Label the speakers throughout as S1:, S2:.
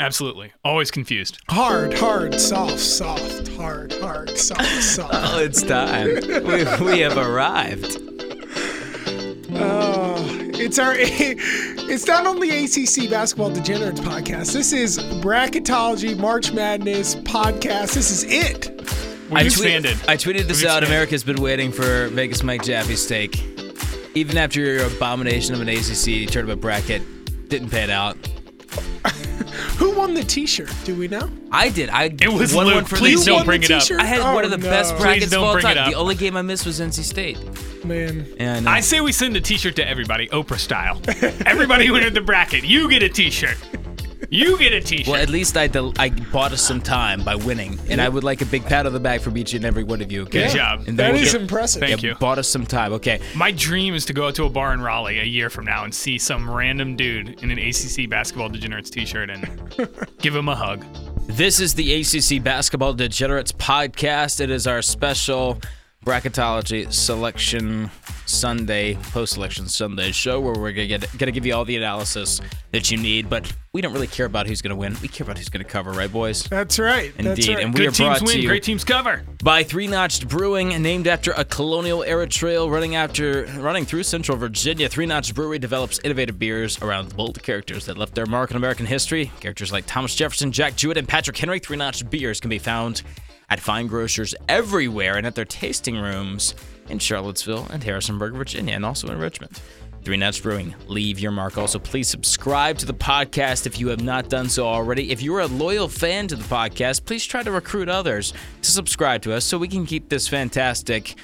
S1: Absolutely. Always confused.
S2: Hard, hard, soft, soft, hard, hard, soft, soft.
S3: Oh, it's time. we, we have arrived.
S2: Oh, it's our. It's not only ACC Basketball Degenerates podcast. This is Bracketology March Madness podcast. This is it.
S1: We
S3: I
S1: expanded.
S3: Tweeted, I tweeted this
S1: We've
S3: out.
S1: expanded.
S3: America's been waiting for Vegas Mike Jaffe's take. Even after your abomination of an ACC tournament bracket didn't pan out.
S2: Who won the T-shirt? Do we know?
S3: I did. I
S1: it was
S3: won
S1: Luke.
S3: one for
S1: Please
S3: the-
S1: don't
S2: won
S1: bring
S2: the
S1: it up.
S2: t-shirt?
S3: I had one of the
S2: Oh,
S3: best
S2: no.
S1: Please
S3: brackets of
S1: don't
S3: all
S1: bring it
S3: time. The
S1: up.
S3: only game I missed was NC State.
S2: Man,
S3: And uh,
S1: I say we send a t-shirt to everybody, Oprah style. Everybody who entered the bracket, you get a t-shirt. You get a t-shirt.
S3: well, at least I del- I bought us some time by winning, and I would like a big pat on the back from each and every one of you. Okay?
S1: Good job.
S3: And then
S2: that
S3: we'll
S2: is
S3: get-
S2: impressive.
S1: Thank
S3: yeah,
S1: you.
S3: Bought us some time. Okay.
S1: My dream is to go out to a bar in Raleigh a year from now and see some random dude in an ACC basketball degenerates t-shirt and give him a hug.
S3: This is the ACC Basketball Degenerates podcast. It is our special bracketology selection Sunday, post-election Sunday show where we're gonna, get, gonna give you all the analysis that you need. But we don't really care about who's gonna win. We care about who's gonna cover, right, boys?
S2: That's right. That's
S3: Indeed,
S2: right.
S3: and We are
S1: Good teams
S3: brought to
S1: win,
S3: you-
S1: great teams cover.
S3: By Three Notch Brewing, named after a colonial era trail running after running through central Virginia, Three Notch Brewery develops innovative beers around bold characters that left their mark on American history. Characters like Thomas Jefferson, Jack Jewett, and Patrick Henry. Three Notch beers can be found at fine grocers everywhere and at their tasting rooms in Charlottesville and Harrisonburg, Virginia, and also in Richmond. Three Notch Brewing, leave your mark. Also, please subscribe to the podcast if you have not done so already. If you're a loyal fan to the podcast, please try to recruit others to subscribe to us so we can keep this fantastic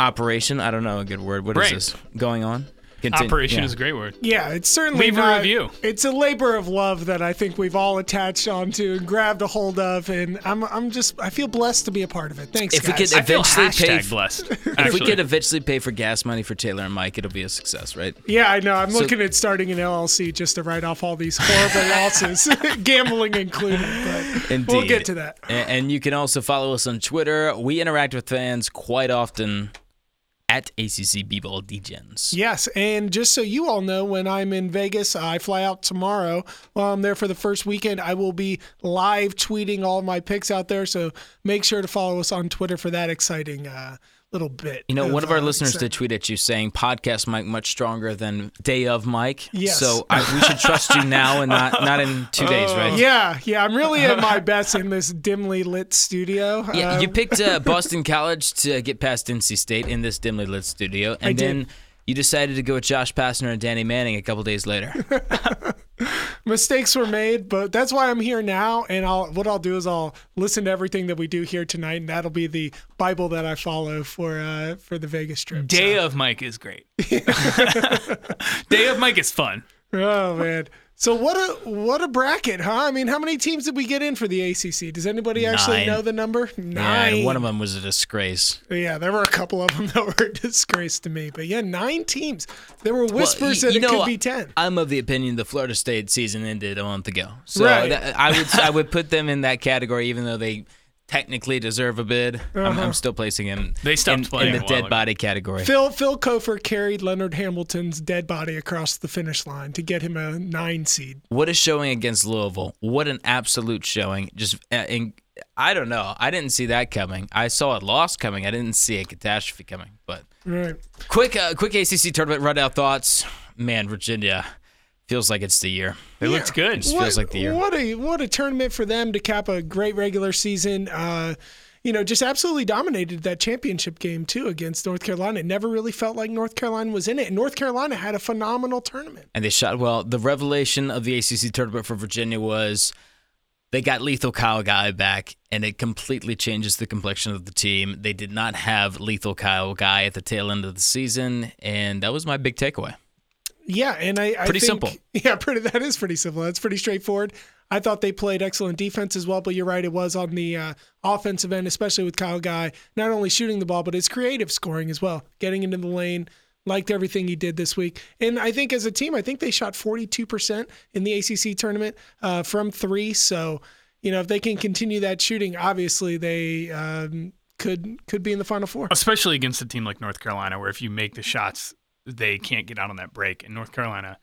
S3: operation. I don't know a good word. What is
S1: Right.
S3: this going on? Continue.
S1: Operation
S3: Yeah.
S1: is a great word.
S2: Yeah, it's certainly
S1: Leave a
S2: not-
S1: review.
S2: It's a labor of love that I think we've all attached onto and grabbed a hold of, and I'm I'm just I feel blessed to be a part of it. Thanks,
S3: If we
S2: guys.
S3: could-
S1: I feel
S3: Eventually
S1: hashtag
S3: pay f-
S1: blessed.
S3: If we
S1: actually.
S3: could eventually pay for gas money for Taylor and Mike, it'll be a success, right?
S2: yeah, I know. I'm looking at starting an LLC just to write off all these horrible losses, gambling included. But
S3: Indeed.
S2: we'll get to that.
S3: A- And you can also follow us on Twitter. We interact with fans quite often at ACC B-Ball Degens.
S2: Yes, and just so you all know, when I'm in Vegas, I fly out tomorrow. While I'm there for the first weekend, I will be live tweeting all my picks out there. So make sure to follow us on Twitter for that exciting uh, little bit.
S3: You know, one of our
S2: uh,
S3: listeners
S2: excitement.
S3: did tweet at you saying podcast Mike much stronger than day of Mike.
S2: Yes. Oh,
S3: So I, we should trust you now and not not in two days, right?
S2: Yeah, yeah, I'm really at my best in this dimly lit studio.
S3: Yeah,
S2: Um,
S3: you picked uh, Boston College to get past NC State in this dimly lit studio, and
S2: did.
S3: then you decided to go with Josh Pastner and Danny Manning a couple days later.
S2: mistakes were made, but that's why I'm here now. And I'll what I'll do is I'll listen to everything that we do here tonight, and that'll be the Bible that I follow for uh, for the Vegas trip.
S1: Day of Mike is great. Day of Mike is fun.
S2: Oh man. So what a what a bracket, huh? I mean, how many teams did we get in for the ACC? Does anybody actually
S3: Nine.
S2: know the number? Nine.
S3: and one of them was a disgrace.
S2: yeah, there were a couple of them that were a disgrace to me, but yeah, nine teams. There were whispers
S3: Well,
S2: that
S3: you
S2: it
S3: know,
S2: could be ten.
S3: I'm of the opinion the Florida State season ended a month ago, so
S2: Right.
S3: that, I would I would put them in that category, even though they technically deserve a bid. I'm,
S2: Uh-huh.
S3: I'm still placing them.
S1: They stopped
S3: in,
S1: playing
S3: in the
S1: a while
S3: dead
S1: ago.
S3: body category.
S2: Phil Phil Kofer carried Leonard Hamilton's dead body across the finish line to get him a nine seed.
S3: What a showing against Louisville! What an absolute showing! Just uh, and I don't know. I didn't see that coming. I saw a loss coming. I didn't see a catastrophe coming. But
S2: Right.
S3: quick, uh, quick ACC tournament rundown thoughts. Man, Virginia feels like it's the year.
S1: They looked good.
S3: Feels like the year.
S2: What a what a tournament for them to cap a great regular season. Uh, you know, just absolutely dominated that championship game too against North Carolina. It never really felt like North Carolina was in it. And North Carolina had a phenomenal tournament.
S3: and they shot well. The revelation of the ACC tournament for Virginia was they got Lethal Kyle Guy back, and it completely changes the complexion of the team. They did not have Lethal Kyle Guy at the tail end of the season, and that was my big takeaway.
S2: Yeah, and I, I
S3: Pretty
S2: think-
S3: simple.
S2: Yeah, pretty. That is pretty simple. That's pretty straightforward. I thought they played excellent defense as well, but you're right. It was on the uh, offensive end, especially with Kyle Guy, not only shooting the ball, but his creative scoring as well, getting into the lane. Liked everything he did this week, and I think as a team, I think they shot 42% in the ACC tournament uh, from three. So, you know, if they can continue that shooting, obviously they um, could could be in the final four.
S1: especially against a team like North Carolina, where if you make the shots, they can't get out on that break. And North Carolina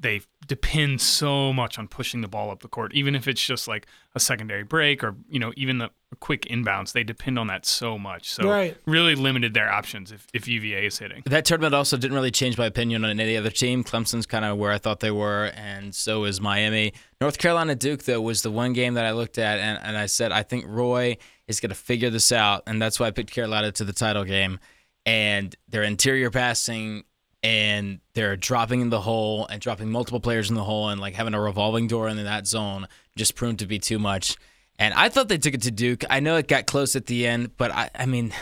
S1: they depend so much on pushing the ball up the court, even if it's just like a secondary break or you know even the quick inbounds. They depend on that so much. So
S2: Right.
S1: really limited their options if, if UVA is hitting.
S3: That tournament also didn't really change my opinion on any other team. Clemson's kind of where I thought they were, and so is Miami. North Carolina Duke, though, was the one game that I looked at, and, and I said, I think Roy is going to figure this out. And that's why I picked Carolina to the title game. And their interior passing, and they're dropping in the hole and dropping multiple players in the hole and like having a revolving door in that zone just proved to be too much. And I thought they took it to Duke. I know it got close at the end, but I, I mean,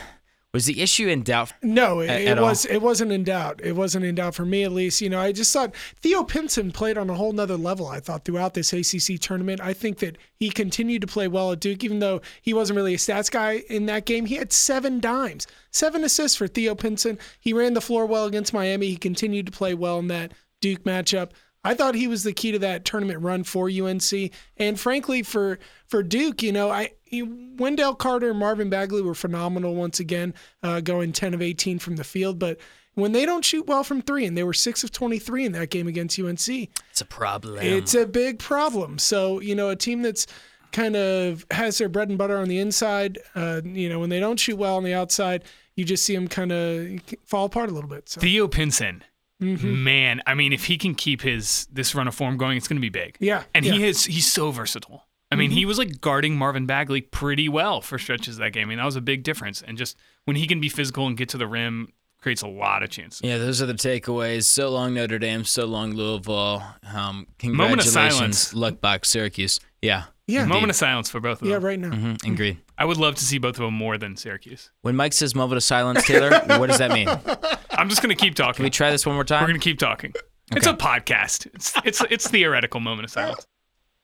S3: was the issue in doubt?
S2: No, it,
S3: A-
S2: it
S3: at all.
S2: was it wasn't in doubt. It wasn't in doubt for me at least. You know, I just thought Theo Pinson played on a whole nother level. I thought throughout this ACC tournament, I think that he continued to play well at Duke, even though he wasn't really a stats guy in that game. He had seven dimes, seven assists for Theo Pinson. He ran the floor well against Miami. He continued to play well in that Duke matchup. I thought he was the key to that tournament run for UNC, and frankly for for Duke, you know, I he- Wendell Carter and Marvin Bagley were phenomenal once again, uh, going 10 of 18 from the field. But when they don't shoot well from three, and they were six of 23 in that game against UNC,
S3: It's a problem.
S2: it's a big problem. So you know, a team that's kind of has their bread and butter on the inside, uh, you know, when they don't shoot well on the outside, you just see them kind of fall apart a little bit. So
S1: Theo Pinson,
S2: Mm-hmm.
S1: man, I mean, if he can keep his this run of form going, it's going to be big.
S2: Yeah,
S1: and he
S2: yeah. Mm-hmm.
S1: is he's so versatile. I mean, he was like guarding Marvin Bagley pretty well for stretches of that game. I mean, that was a big difference. And just when he can be physical and get to the rim, creates a lot of chances.
S3: Yeah, those are the takeaways. So long Notre Dame, so long Louisville. Um,
S1: Moment of
S3: congratulations,
S1: silence.
S3: Luckbox, Syracuse. Yeah,
S2: yeah,
S1: Moment of silence for both of
S2: yeah,
S1: them.
S2: right now.
S3: mhm, agreed.
S1: I would love to see both of them more than Syracuse.
S3: When Mike says moment of silence, Taylor, what does that mean? Can
S1: I'm just going to keep talking.
S3: we try this one more
S1: We're
S3: time?
S1: going to keep talking. It's a podcast. It's it's it's theoretical moment of silence.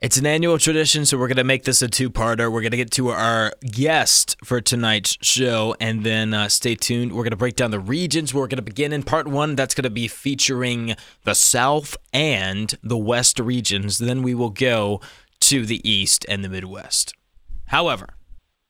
S3: It's an annual tradition, so we're going to make this a two-parter. We're going to get to our guest for tonight's show, and then uh, stay tuned. We're going to break down the regions. We're going to begin in part one. That's going to be featuring the South and the West regions. Then we will go to the East and the Midwest. However,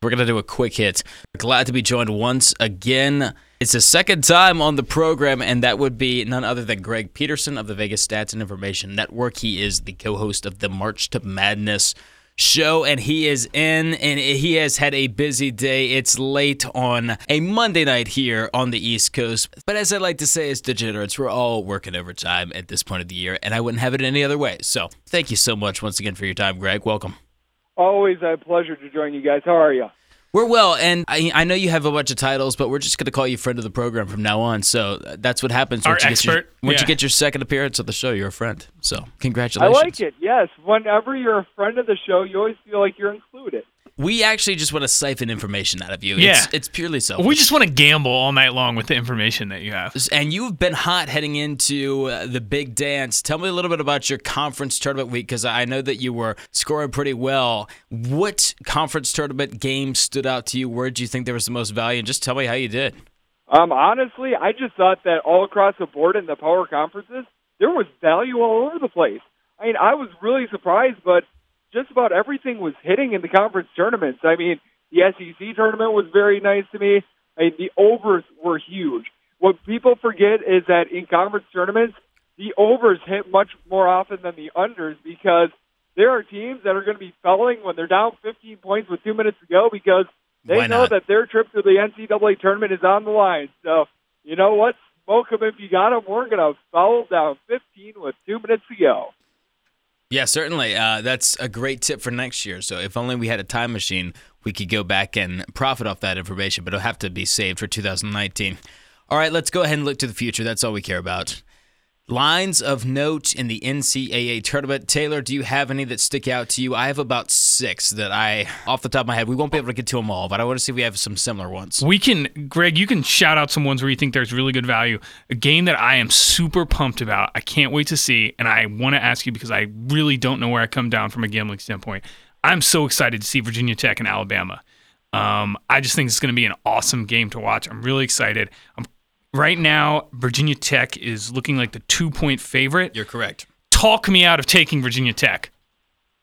S3: We're going to do a quick hit. Glad to be joined once again. It's the second time on the program, and that would be none other than Greg Peterson of the Vegas Stats and Information Network. He is the co host of the March to Madness show, and he is in, and he has had a busy day. It's late on a Monday night here on the East Coast. But as I like to say, as degenerates, we're all working overtime at this point of the year, and I wouldn't have it any other way. So thank you so much once again for your time, Greg. Welcome.
S4: Always a pleasure to join you guys. How are you?
S3: We're well, and I, I know you have a bunch of titles, but we're just going to call you friend of the program from now on. So that's what happens.
S1: Our
S3: once you get your-
S1: expert,
S3: once
S1: yeah.
S3: you get your second appearance on the show, you're a friend. So
S4: I
S3: congratulations.
S4: like it. Yes. Whenever you're a friend of the show, you always feel like you're included.
S3: We actually just want to siphon information out of you.
S1: Yeah.
S3: It's, it's purely selfish.
S1: We just want to gamble all night long with the information that you have.
S3: and you've been hot heading into uh, the big dance. Tell me a little bit about your conference tournament week because I know that you were scoring pretty well. What conference tournament game stood out to you? Where did you think there was the most value? And just tell me how you did.
S4: Um, honestly, I just thought that all across the board in the power conferences, there was value all over the place. I mean, I was really surprised, but just about everything was hitting in the conference tournaments. I mean, the SEC tournament was very nice to me. I mean, the overs were huge. What people forget is that in conference tournaments, the overs hit much more often than the unders because there are teams that are going to be fouling when they're down 15 points with two minutes to go because they
S3: Why
S4: know
S3: not?
S4: that their trip to the NCAA tournament is on the line. So, you know what? Smoke 'em if you got 'em. We're going to foul down 15 with two minutes to go.
S3: Yeah, certainly. Uh, that's a great tip for next year. So if only we had a time machine, we could go back and profit off that information, but it'll have to be saved for 2019. All right, let's go ahead and look to the future. That's all we care about. Lines of note in the NCAA tournament. Taylor, do you have any that stick out to you? I have about six that I, off the top of my head, we won't be able to get to them all, but I want to see if we have some similar ones.
S1: We can, Greg, you can shout out some ones where you think there's really good value. A game that I am super pumped about. I can't wait to see. And I want to ask you because I really don't know where I come down from a gambling standpoint. I'm so excited to see Virginia Tech and Alabama. Um, I just think it's going to be an awesome game to watch. I'm really excited. I'm, right now, Virginia Tech is looking like the two point favorite.
S3: You're correct.
S1: Talk me out of taking Virginia Tech.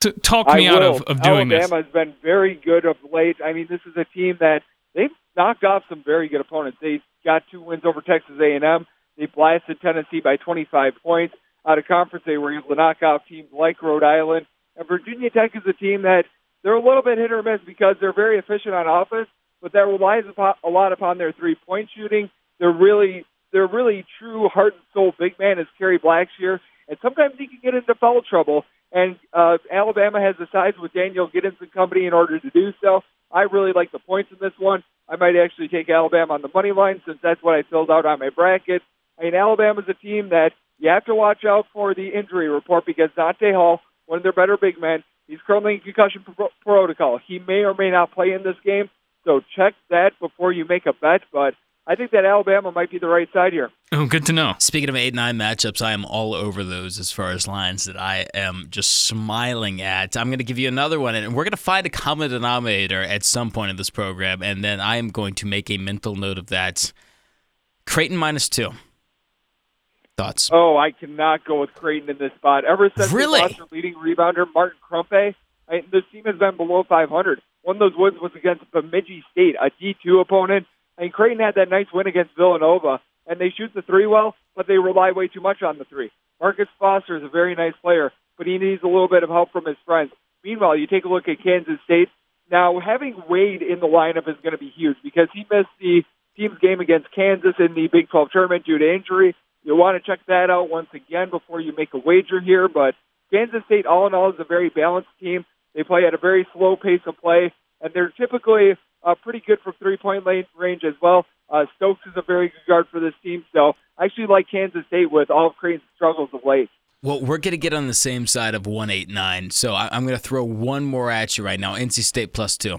S1: T- talk me
S4: I
S1: out
S4: will.
S1: of, of doing this.
S4: Alabama has been very good of late. I mean, this is a team that they've knocked off some very good opponents. They got two wins over Texas A&M. They blasted Tennessee by 25 points. out of conference. They were able to knock off teams like Rhode Island. And Virginia Tech is a team that they're a little bit hit or miss because they're very efficient on offense, but that relies upon, a lot upon their three point shooting. They're really they're really true heart and soul big man is Kerry Blackshear, and sometimes he can get into foul trouble. And uh, Alabama has the size with Daniel Giddens and company in order to do so. I really like the points in this one. I might actually take Alabama on the money line since that's what I filled out on my bracket. I mean, Alabama's a team that you have to watch out for the injury report because Dante Hall, one of their better big men, he's currently in concussion pro- protocol. He may or may not play in this game, so check that before you make a bet. But I think that Alabama might be the right side here.
S1: Oh, good to know.
S3: Speaking of eight nine matchups, I am all over those as far as lines that I am just smiling at. I'm going to give you another one, and we're going to find a common denominator at some point in this program, and then I am going to make a mental note of that. Creighton minus two. Thoughts?
S4: Oh, I cannot go with Creighton in this spot. Ever since
S3: Really?
S4: they lost their leading rebounder Martin Crumpe, I, this team has been below 500. One of those wins was against Bemidji State, a D2 opponent, and Creighton had that nice win against Villanova. And they shoot the three well, but they rely way too much on the three. Marcus Foster is a very nice player, but he needs a little bit of help from his friends. Meanwhile, you take a look at Kansas State. Now, having Wade in the lineup is going to be huge because he missed the team's game against Kansas in the Big 12 tournament due to injury. You'll want to check that out once again before you make a wager here. But Kansas State, all in all, is a very balanced team. They play at a very slow pace of play, and they're typically uh, pretty good from three point lane range as well. Uh, Stokes is a very good guard for this team, so I actually like Kansas State with all of Creighton's struggles of late.
S3: Well, we're going to get on the same side of one eight nine, so I- I'm going to throw one more at you right now. NC State plus two.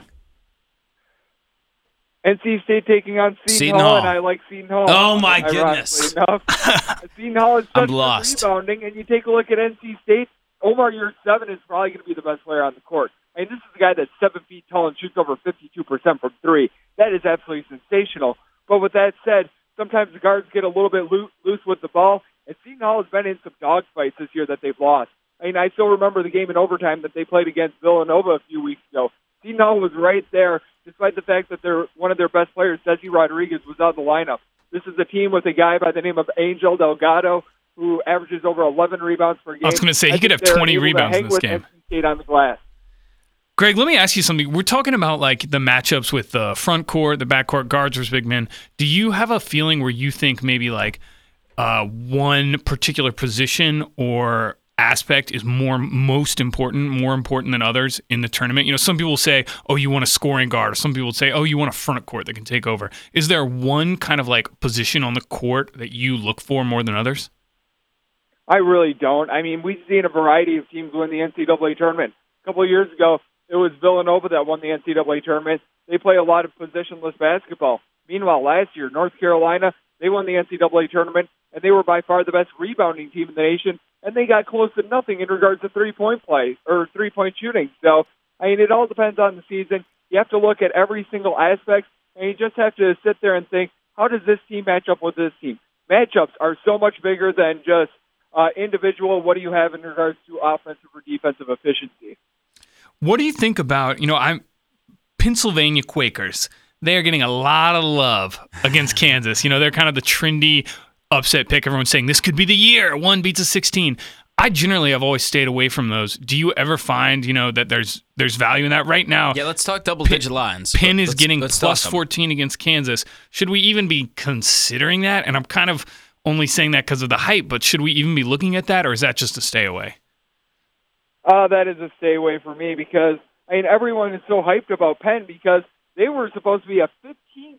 S4: NC State taking on Seton,
S3: Seton
S4: Hall,
S3: Hall.
S4: and I like Seton Hall.
S3: Oh, my
S4: Ironically
S3: goodness.
S4: Enough. Seton Hall is
S3: I'm
S4: such good
S3: lost.
S4: rebounding, and you take a look at NC State. Omar Yurt seven is probably going to be the best player on the court. I mean, this is a guy that's seven feet tall and shoots over fifty-two percent from three. That is absolutely sensational. But with that said, sometimes the guards get a little bit loo- loose with the ball, and Seton Hall has been in some dogfights this year that they've lost. I mean, I still remember the game in overtime that they played against Villanova a few weeks ago. Seton Hall was right there, despite the fact that their one of their best players, Desi Rodriguez, was out of the lineup. This is a team with a guy by the name of Angel Delgado, who averages over 11 rebounds per game.
S1: was gonna say, he
S4: I
S1: could
S4: think
S1: have
S4: they're
S1: 20
S4: able to
S1: rebounds
S4: hang
S1: in this
S4: with
S1: game.
S4: NC State on the glass.
S1: Greg, let me ask you something. We're talking about like the matchups with the front court, the back court, guards versus big men. Do you have a feeling where you think maybe like uh, one particular position or aspect is more most important, more important than others in the tournament? You know, some people say, "Oh, you want a scoring guard," or some people say, "Oh, you want a front court that can take over." Is there one kind of like position on the court that you look for more than others?
S4: I really don't. I mean, we've seen a variety of teams win the NCAA tournament. A couple of years ago, it was Villanova that won the NCAA tournament. They play a lot of positionless basketball. Meanwhile, last year, North Carolina, they won the NCAA tournament, and they were by far the best rebounding team in the nation, and they got close to nothing in regards to three-point play or three-point shooting. So, I mean, it all depends on the season. You have to look at every single aspect, and you just have to sit there and think, how does this team match up with this team? Matchups are so much bigger than just uh, individual, what do you have in regards to offensive or defensive efficiency?
S1: What do you think about, you know, I'm Pennsylvania Quakers. They're getting a lot of love against Kansas. You know, they're kind of the trendy upset pick. Everyone's saying this could be the year. One beats a 16. I generally have always stayed away from those. Do you ever find, you know, that there's there's value in that right now?
S3: Yeah, let's talk double digit lines.
S1: Penn
S3: Let-
S1: is
S3: let's-
S1: getting
S3: let's
S1: plus
S3: talk 'em.
S1: 14 against Kansas. Should we even be considering that? And I'm kind of only saying that because of the hype, but should we even be looking at that or is that just a stay away?
S4: Uh, that is a stay away for me because I mean everyone is so hyped about Penn because they were supposed to be a 15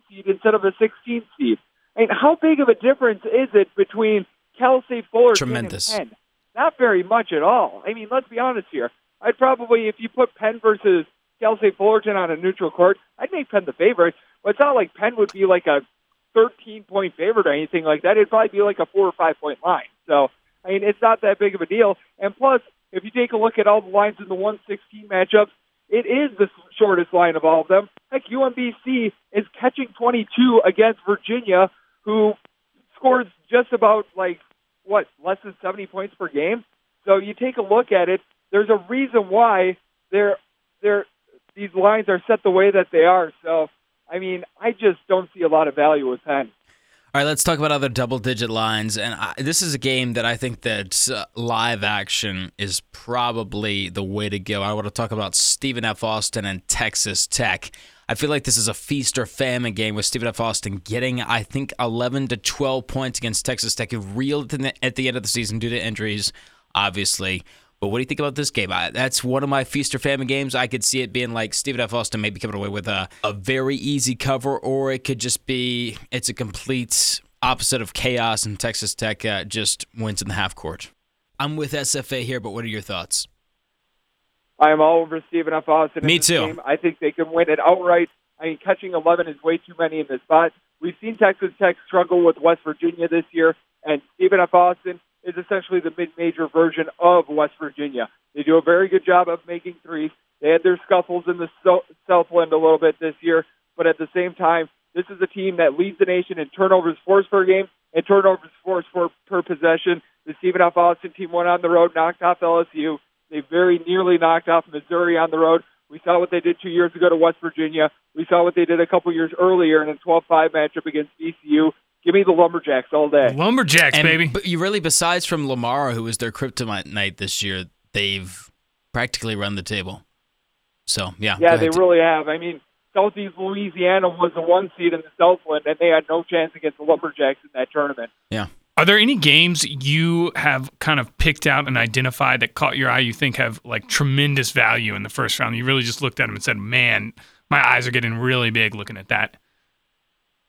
S4: seed instead of a 16 seed. I mean, how big of a difference is it between Cal State Fullerton
S3: Tremendous.
S4: and Penn? Not very much at all. I mean, let's be honest here. I'd probably, if you put Penn versus Cal State Fullerton on a neutral court, I'd make Penn the favorite. But it's not like Penn would be like a 13 point favorite or anything like that. It'd probably be like a four or five point line. So, I mean, it's not that big of a deal. And plus, if you take a look at all the lines in the 116 matchups, it is the shortest line of all of them. Heck, UMBC is catching 22 against Virginia, who scores just about like what less than 70 points per game. So you take a look at it. There's a reason why they're they're these lines are set the way that they are. So I mean, I just don't see a lot of value with Penn.
S3: All right, let's talk about other double-digit lines. And I, this is a game that I think that uh, live action is probably the way to go. I want to talk about Stephen F. Austin and Texas Tech. I feel like this is a feast or famine game with Stephen F. Austin getting, I think, 11 to 12 points against Texas Tech, who reeled in the, at the end of the season due to injuries, obviously. But what do you think about this game? I, that's one of my feast or famine games. I could see it being like Stephen F. Austin maybe coming away with a, a very easy cover, or it could just be it's a complete opposite of chaos and Texas Tech uh, just wins in the half court. I'm with SFA here, but what are your thoughts?
S4: I am all over Stephen F. Austin. in
S3: Me
S4: this
S3: too.
S4: Game. I think they can win it outright. I mean, catching 11 is way too many in this spot. We've seen Texas Tech struggle with West Virginia this year, and Stephen F. Austin is essentially the mid-major version of West Virginia. They do a very good job of making threes. They had their scuffles in the so- Southland a little bit this year, but at the same time, this is a team that leads the nation in turnovers forced per game and turnovers forced for, per possession. The Stephen F. Austin team went on the road, knocked off LSU. They very nearly knocked off Missouri on the road. We saw what they did two years ago to West Virginia. We saw what they did a couple years earlier in a 12-5 matchup against ECU. Give me the Lumberjacks all day.
S1: Lumberjacks, baby.
S3: But you really, besides from Lamar, who was their kryptonite night this year, they've practically run the table. So yeah,
S4: Yeah,
S3: go
S4: they
S3: ahead.
S4: really have. I mean, Southeast Louisiana was the one seed in the Southland, and they had no chance against the Lumberjacks in that tournament.
S3: yeah.
S1: Are there any games you have kind of picked out and identified that caught your eye you think have like tremendous value in the first round? You really just looked at them and said, man, my eyes are getting really big looking at that.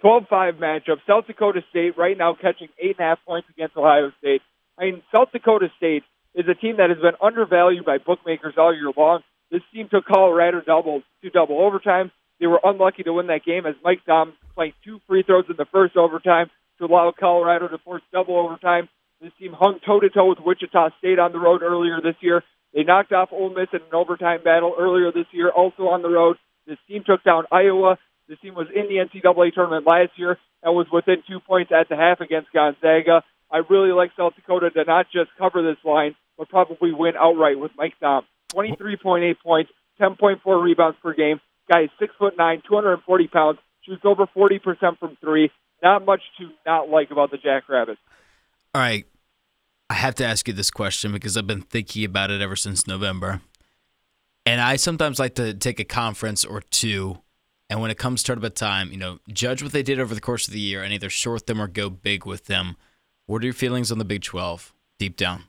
S4: 12 5 matchup. South Dakota State right now catching 8.5 points against Ohio State. I mean, South Dakota State is a team that has been undervalued by bookmakers all year long. This team took Colorado doubles to double overtime. They were unlucky to win that game as Mike Dom played two free throws in the first overtime to allow Colorado to force double overtime. This team hung toe to toe with Wichita State on the road earlier this year. They knocked off Ole Miss in an overtime battle earlier this year, also on the road. This team took down Iowa. This team was in the NCAA tournament last year and was within two points at the half against Gonzaga. I really like South Dakota to not just cover this line, but probably win outright with Mike Dom. 23.8 points, 10.4 rebounds per game. Guy is six foot nine, 240 pounds, shoots over 40% from three. Not much to not like about the Jackrabbits.
S3: All right, I have to ask you this question because I've been thinking about it ever since November, and I sometimes like to take a conference or two, and when it comes tournament time, you know, judge what they did over the course of the year and either short them or go big with them. What are your feelings on the Big Twelve deep down?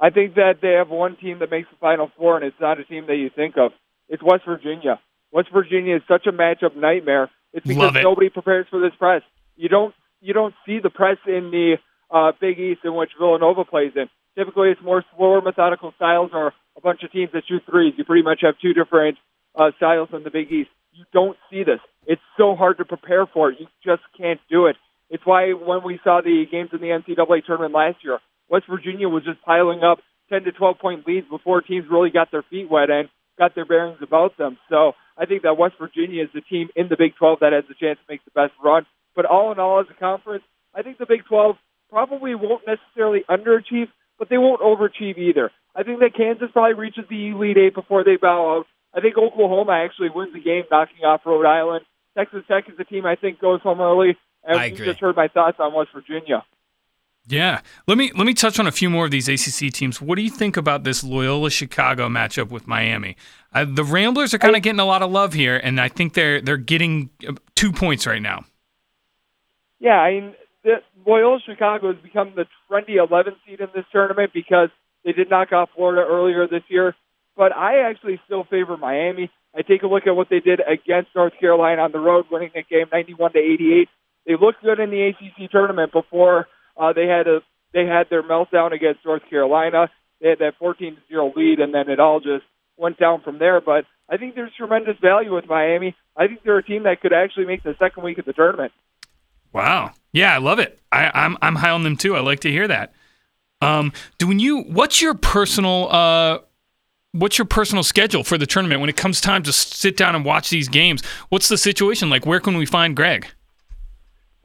S4: I think that they have one team that makes the Final Four, and it's not a team that you think of. It's West Virginia. West Virginia is such a matchup nightmare. It's because
S1: Love it.
S4: nobody prepares for this press. You don't you don't see the press in the uh, Big East in which Villanova plays in. Typically, it's more slower, methodical styles or a bunch of teams that shoot threes. You pretty much have two different uh, styles in the Big East. You don't see this. It's so hard to prepare for it. You just can't do it. It's why when we saw the games in the NCAA tournament last year, West Virginia was just piling up 10 to 12 point leads before teams really got their feet wet and got their bearings about them. So I think that West Virginia is the team in the Big 12 that has the chance to make the best run. But all in all, as a conference, I think the Big 12 probably won't necessarily underachieve, but they won't overachieve either. I think that Kansas probably reaches the Elite Eight before they bow out. I think Oklahoma actually wins the game, knocking off Rhode Island. Texas Tech is the team I think goes home early. And
S3: I
S4: you
S3: agree.
S4: just heard my thoughts on West Virginia.
S1: Yeah. Let me let me touch on a few more of these ACC teams. What do you think about this Loyola Chicago matchup with Miami? Uh, the Ramblers are kind of getting a lot of love here, and I think they're they're getting uh, two points right now.
S4: Yeah, I mean, the, Loyola Chicago has become the trendy 11 seed in this tournament because they did knock off Florida earlier this year. But I actually still favor Miami. I take a look at what they did against North Carolina on the road, winning that game 91 to 88. They looked good in the ACC tournament before uh, they had a they had their meltdown against North Carolina. They had that 14 to 0 lead, and then it all just went down from there. But I think there's tremendous value with Miami. I think they're a team that could actually make the second week of the tournament.
S1: Wow. Yeah, I love it. I, I'm I'm high on them too. I like to hear that. Um, do when you what's your personal uh, what's your personal schedule for the tournament when it comes time to sit down and watch these games? What's the situation like? Where can we find Greg?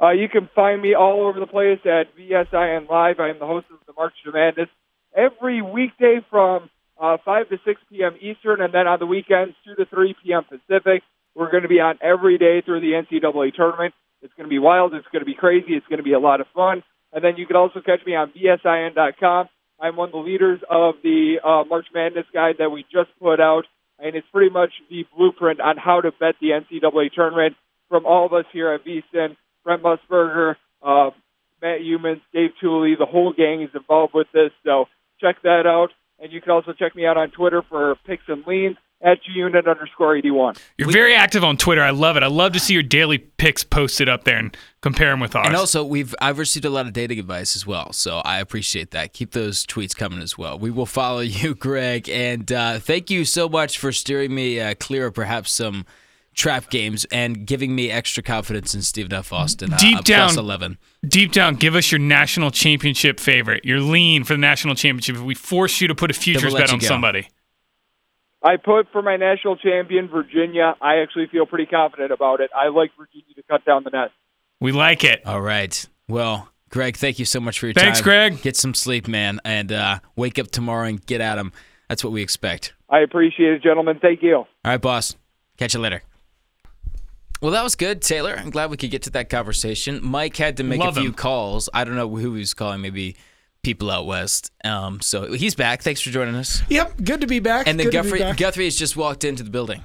S4: Uh, you can find me all over the place at VSIN Live. I am the host of the March to Madness every weekday from uh, 5 to 6 p.m. Eastern, and then on the weekends, 2 to 3 p.m. Pacific. We're going to be on every day through the NCAA tournament. It's going to be wild. It's going to be crazy. It's going to be a lot of fun. And then you can also catch me on bsin.com. I'm one of the leaders of the uh, March Madness guide that we just put out, and it's pretty much the blueprint on how to bet the NCAA tournament from all of us here at VSIN. Brent Musburger, uh, Matt Humans, Dave Tooley, the whole gang is involved with this. So check that out. And you can also check me out on Twitter for picks and leans at gunit underscore 81.
S1: You're very active on Twitter. I love it. I love to see your daily picks posted up there and compare them with ours.
S3: And also, we've I've received a lot of dating advice as well, so I appreciate that. Keep those tweets coming as well. We will follow you, Greg, and uh, thank you so much for steering me uh, clear of perhaps some trap games and giving me extra confidence in Steve F. Austin. Uh,
S1: Deep
S3: a
S1: down-
S3: plus eleven.
S1: Deep down, give us your national championship favorite. Your lean for the national championship. If we force you to put a futures
S3: let
S1: bet
S3: you
S1: on
S3: go.
S1: somebody,
S4: I put for my national champion, Virginia. I actually feel pretty confident about it. I like Virginia to cut down the net.
S1: we like it.
S3: All right. Well, Greg, thank you so much for your
S1: Thanks,
S3: time.
S1: Greg.
S3: Get some sleep, man, and uh, wake up tomorrow and get at him. That's what we expect.
S4: I appreciate it, gentlemen. Thank you.
S3: All right, boss. Catch you later. Well, that was good, Taylor. I'm glad we could get to that conversation. Mike had to make
S1: Love
S3: a few
S1: him.
S3: calls. I don't know who he was calling, maybe people out west. Um, so he's back. Thanks for joining us.
S2: Yep, good to be back.
S3: And then
S2: good to be
S3: Guthrie,
S2: back.
S3: Guthrie has just walked into the building.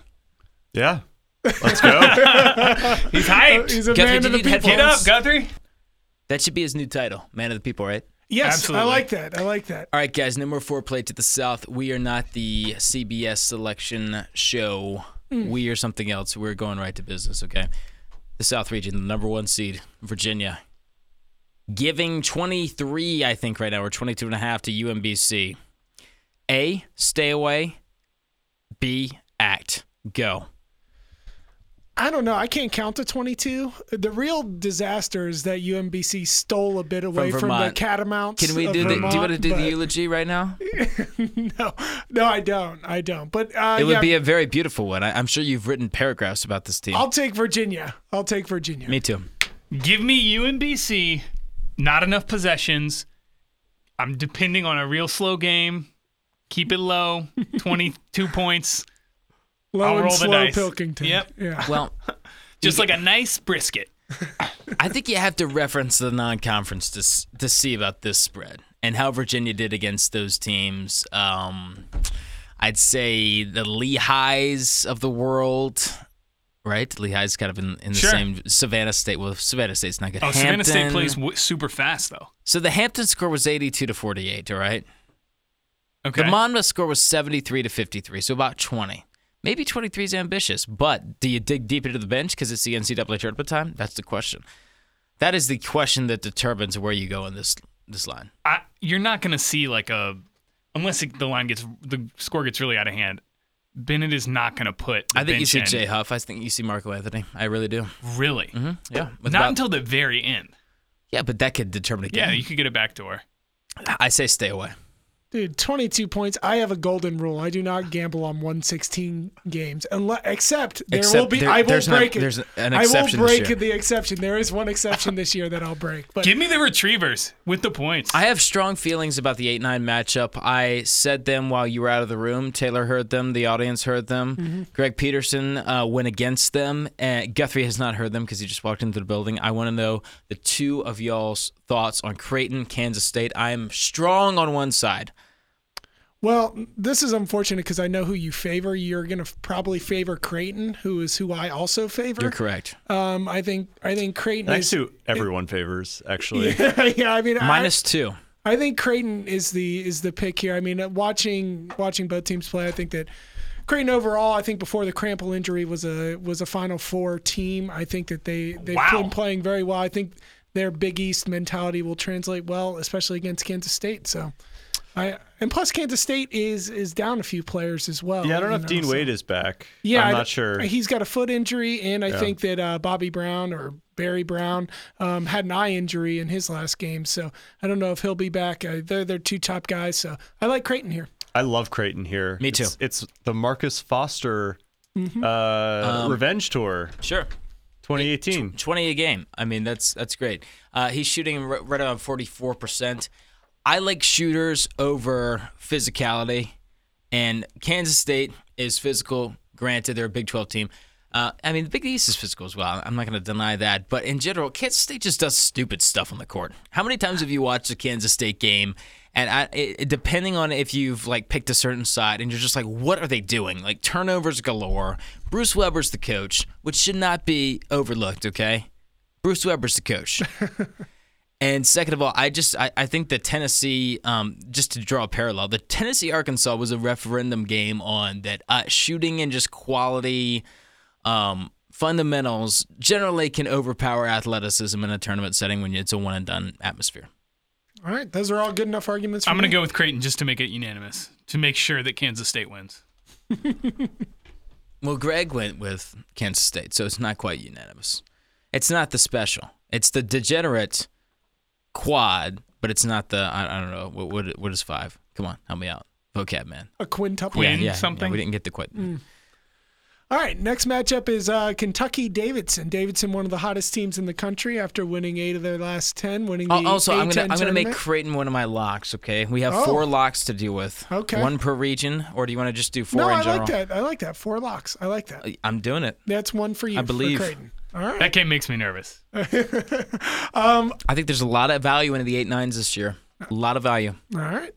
S5: Yeah. Let's go.
S1: He's hyped.
S2: He's a
S3: Guthrie,
S2: man
S3: do
S2: of the
S3: you need
S2: people.
S1: Get up,
S3: headphones?
S1: Guthrie.
S3: That should be his new title, Man of the People, right?
S2: Yes, I
S1: Absolutely.
S2: like that. I like that.
S3: All right, guys. Number four play to the south. We are not the CBS selection show. We are something else. We're going right to business. Okay. The South region, the number one seed, Virginia, giving 23, I think, right now, or 22 and a half to UMBC. A, stay away. B, act. Go.
S2: I don't know. I can't count to 22. The real disaster is that UMBC stole a bit away from, the
S3: Vermont.
S2: Catamounts.
S3: Can we
S2: of
S3: do the?
S2: Vermont,
S3: do you want to do
S2: but- Uh,
S3: the eulogy right now?
S2: No, no, I don't. I don't. But uh, yeah,
S3: It would be a very beautiful one. I, I'm sure you've written paragraphs about this team.
S2: I'll take Virginia. I'll take Virginia.
S3: Me too.
S1: Give me UMBC. Not enough possessions. I'm depending on a real slow game. Keep it low. 22 points.
S2: Low
S1: I'll
S2: and
S1: roll the
S2: slow
S1: dice.
S2: Pilkington.
S1: Yep.
S2: Yeah.
S3: Well,
S1: Just like a nice brisket.
S3: I think you have to reference the non-conference to s- to see about this spread and how Virginia did against those teams. Um, I'd say the Lehighs of the world, right? Lehigh's kind of in, in the
S1: Sure.
S3: same Savannah State. Well, Savannah State's not good.
S1: Oh, Savannah State
S3: Hampton.
S1: plays w- super fast, though.
S3: So the Hampton score was eighty-two to forty-eight. All right.
S1: Okay.
S3: The Monmouth score was 73 to 53, so about 20. Maybe 23 is ambitious, but do you dig deep into the bench because it's the NCAA tournament time? That's the question. That is the question that determines where you go in this this line.
S1: I, you're not going to see like a unless it, the line gets the score gets really out of hand. Bennett is not going to put. the
S3: I think you
S1: bench
S3: see
S1: in,
S3: Jay Huff. I think you see Marco Anthony. I really do.
S1: really.
S3: Yeah,
S1: Not
S3: Mm-hmm. with about-
S1: until the very end.
S3: yeah, but that could determine a
S1: Yeah,
S3: game.
S1: you could get a back door.
S3: I say stay away.
S2: Dude, 22 points. I have a golden rule. I do not gamble on 116 games, unless, except there
S3: Except
S2: will be.
S3: there-
S2: I will
S3: there's an-
S2: break it.
S3: there's an
S2: I will
S3: exception this
S2: break
S3: year.
S2: the exception. There is one exception this year that I'll break. But
S1: Give me the retrievers with the points.
S3: I have strong feelings about the 8 9 matchup. I said them while you were out of the room. Taylor heard them. The audience heard them. Greg Peterson uh, went against them. And Guthrie has not heard them because he just walked into the building. I want to know the two of y'all's thoughts on Creighton, Kansas State. I am strong on one side.
S2: Well, this is unfortunate because I know who you favor. You're going to probably favor Creighton, who is who I also favor.
S3: You're correct.
S2: Um, I think I think Creighton
S5: That's
S2: is.
S5: who everyone favors, actually.
S2: yeah, I mean, I-
S3: Minus two.
S2: I think Creighton is the is the pick here. I mean, uh, watching watching both teams play, I think that Creighton overall, I think before the crample injury was a was a Final Four team. I think that they they've
S1: Wow.
S2: been playing very well. I think their Big East mentality will translate well, especially against Kansas State. So, I and plus Kansas State is is down a few players as well.
S5: Yeah, I don't know
S2: you
S5: if Dean
S2: so-
S5: Wade is back.
S2: yeah,
S5: I'm
S2: I-
S5: not sure.
S2: He's got a foot injury, and I think that uh, Bobby Brown or Barry Brown um, had an eye injury in his last game, so I don't know if he'll be back. Uh, they're their two top guys, so I like Creighton here.
S5: I love Creighton here.
S3: Me too.
S5: It's, it's the Marcus Foster
S2: Mm-hmm.
S5: uh,
S3: Um,
S5: revenge tour,
S3: Sure.
S5: 2018.
S3: 20 a game. I mean, that's that's great. Uh, he's shooting r- right around 44%. I like shooters over physicality, and Kansas State is physical. Granted, they're a Big 12 team. Uh, I mean, the Big East is physical as well. I'm not going to deny that. But in general, Kansas State just does stupid stuff on the court. How many times have you watched a Kansas State game? And I, it, depending on if you've like picked a certain side, and you're just like, what are they doing? Like turnovers galore. Bruce Weber's the coach, which should not be overlooked. Okay, Bruce Weber's the coach. And second of all, I just I, I think the Tennessee, um, just to draw a parallel, the Tennessee Arkansas was a referendum game on that uh, shooting and just quality um, fundamentals generally can overpower athleticism in a tournament setting when it's a one and done atmosphere.
S2: All right, those are all good enough arguments. For
S1: I'm going
S2: me.
S1: to go with Creighton just to make it unanimous, to make sure that Kansas State wins.
S3: Well, Greg went with Kansas State, so it's not quite unanimous. It's not the special. It's the degenerate quad, but it's not the I, I don't know what, what what is five. Come on, help me out, vocab man.
S2: a quintuple.
S1: Quinn something.
S3: we didn't get the quit.
S2: All right, next matchup is uh, Kentucky Davidson. Davidson, one of the hottest teams in the country, after winning eight of their last ten, winning the
S3: Al- Also, I'm
S2: A10
S3: gonna I'm gonna make
S2: tournament.
S3: Creighton one of my locks. Okay, we have
S2: Oh.
S3: four locks to deal with.
S2: Okay.
S3: one per region, or do you want to just do four
S2: No,
S3: in
S2: I
S3: general?
S2: like that. I like that. Four locks. I like that.
S3: I'm doing it.
S2: That's one for you.
S3: I believe.
S2: For Creighton. All right.
S1: That game makes me nervous.
S3: I think there's a lot of value in the eight nines this year. A lot of value.
S2: All right.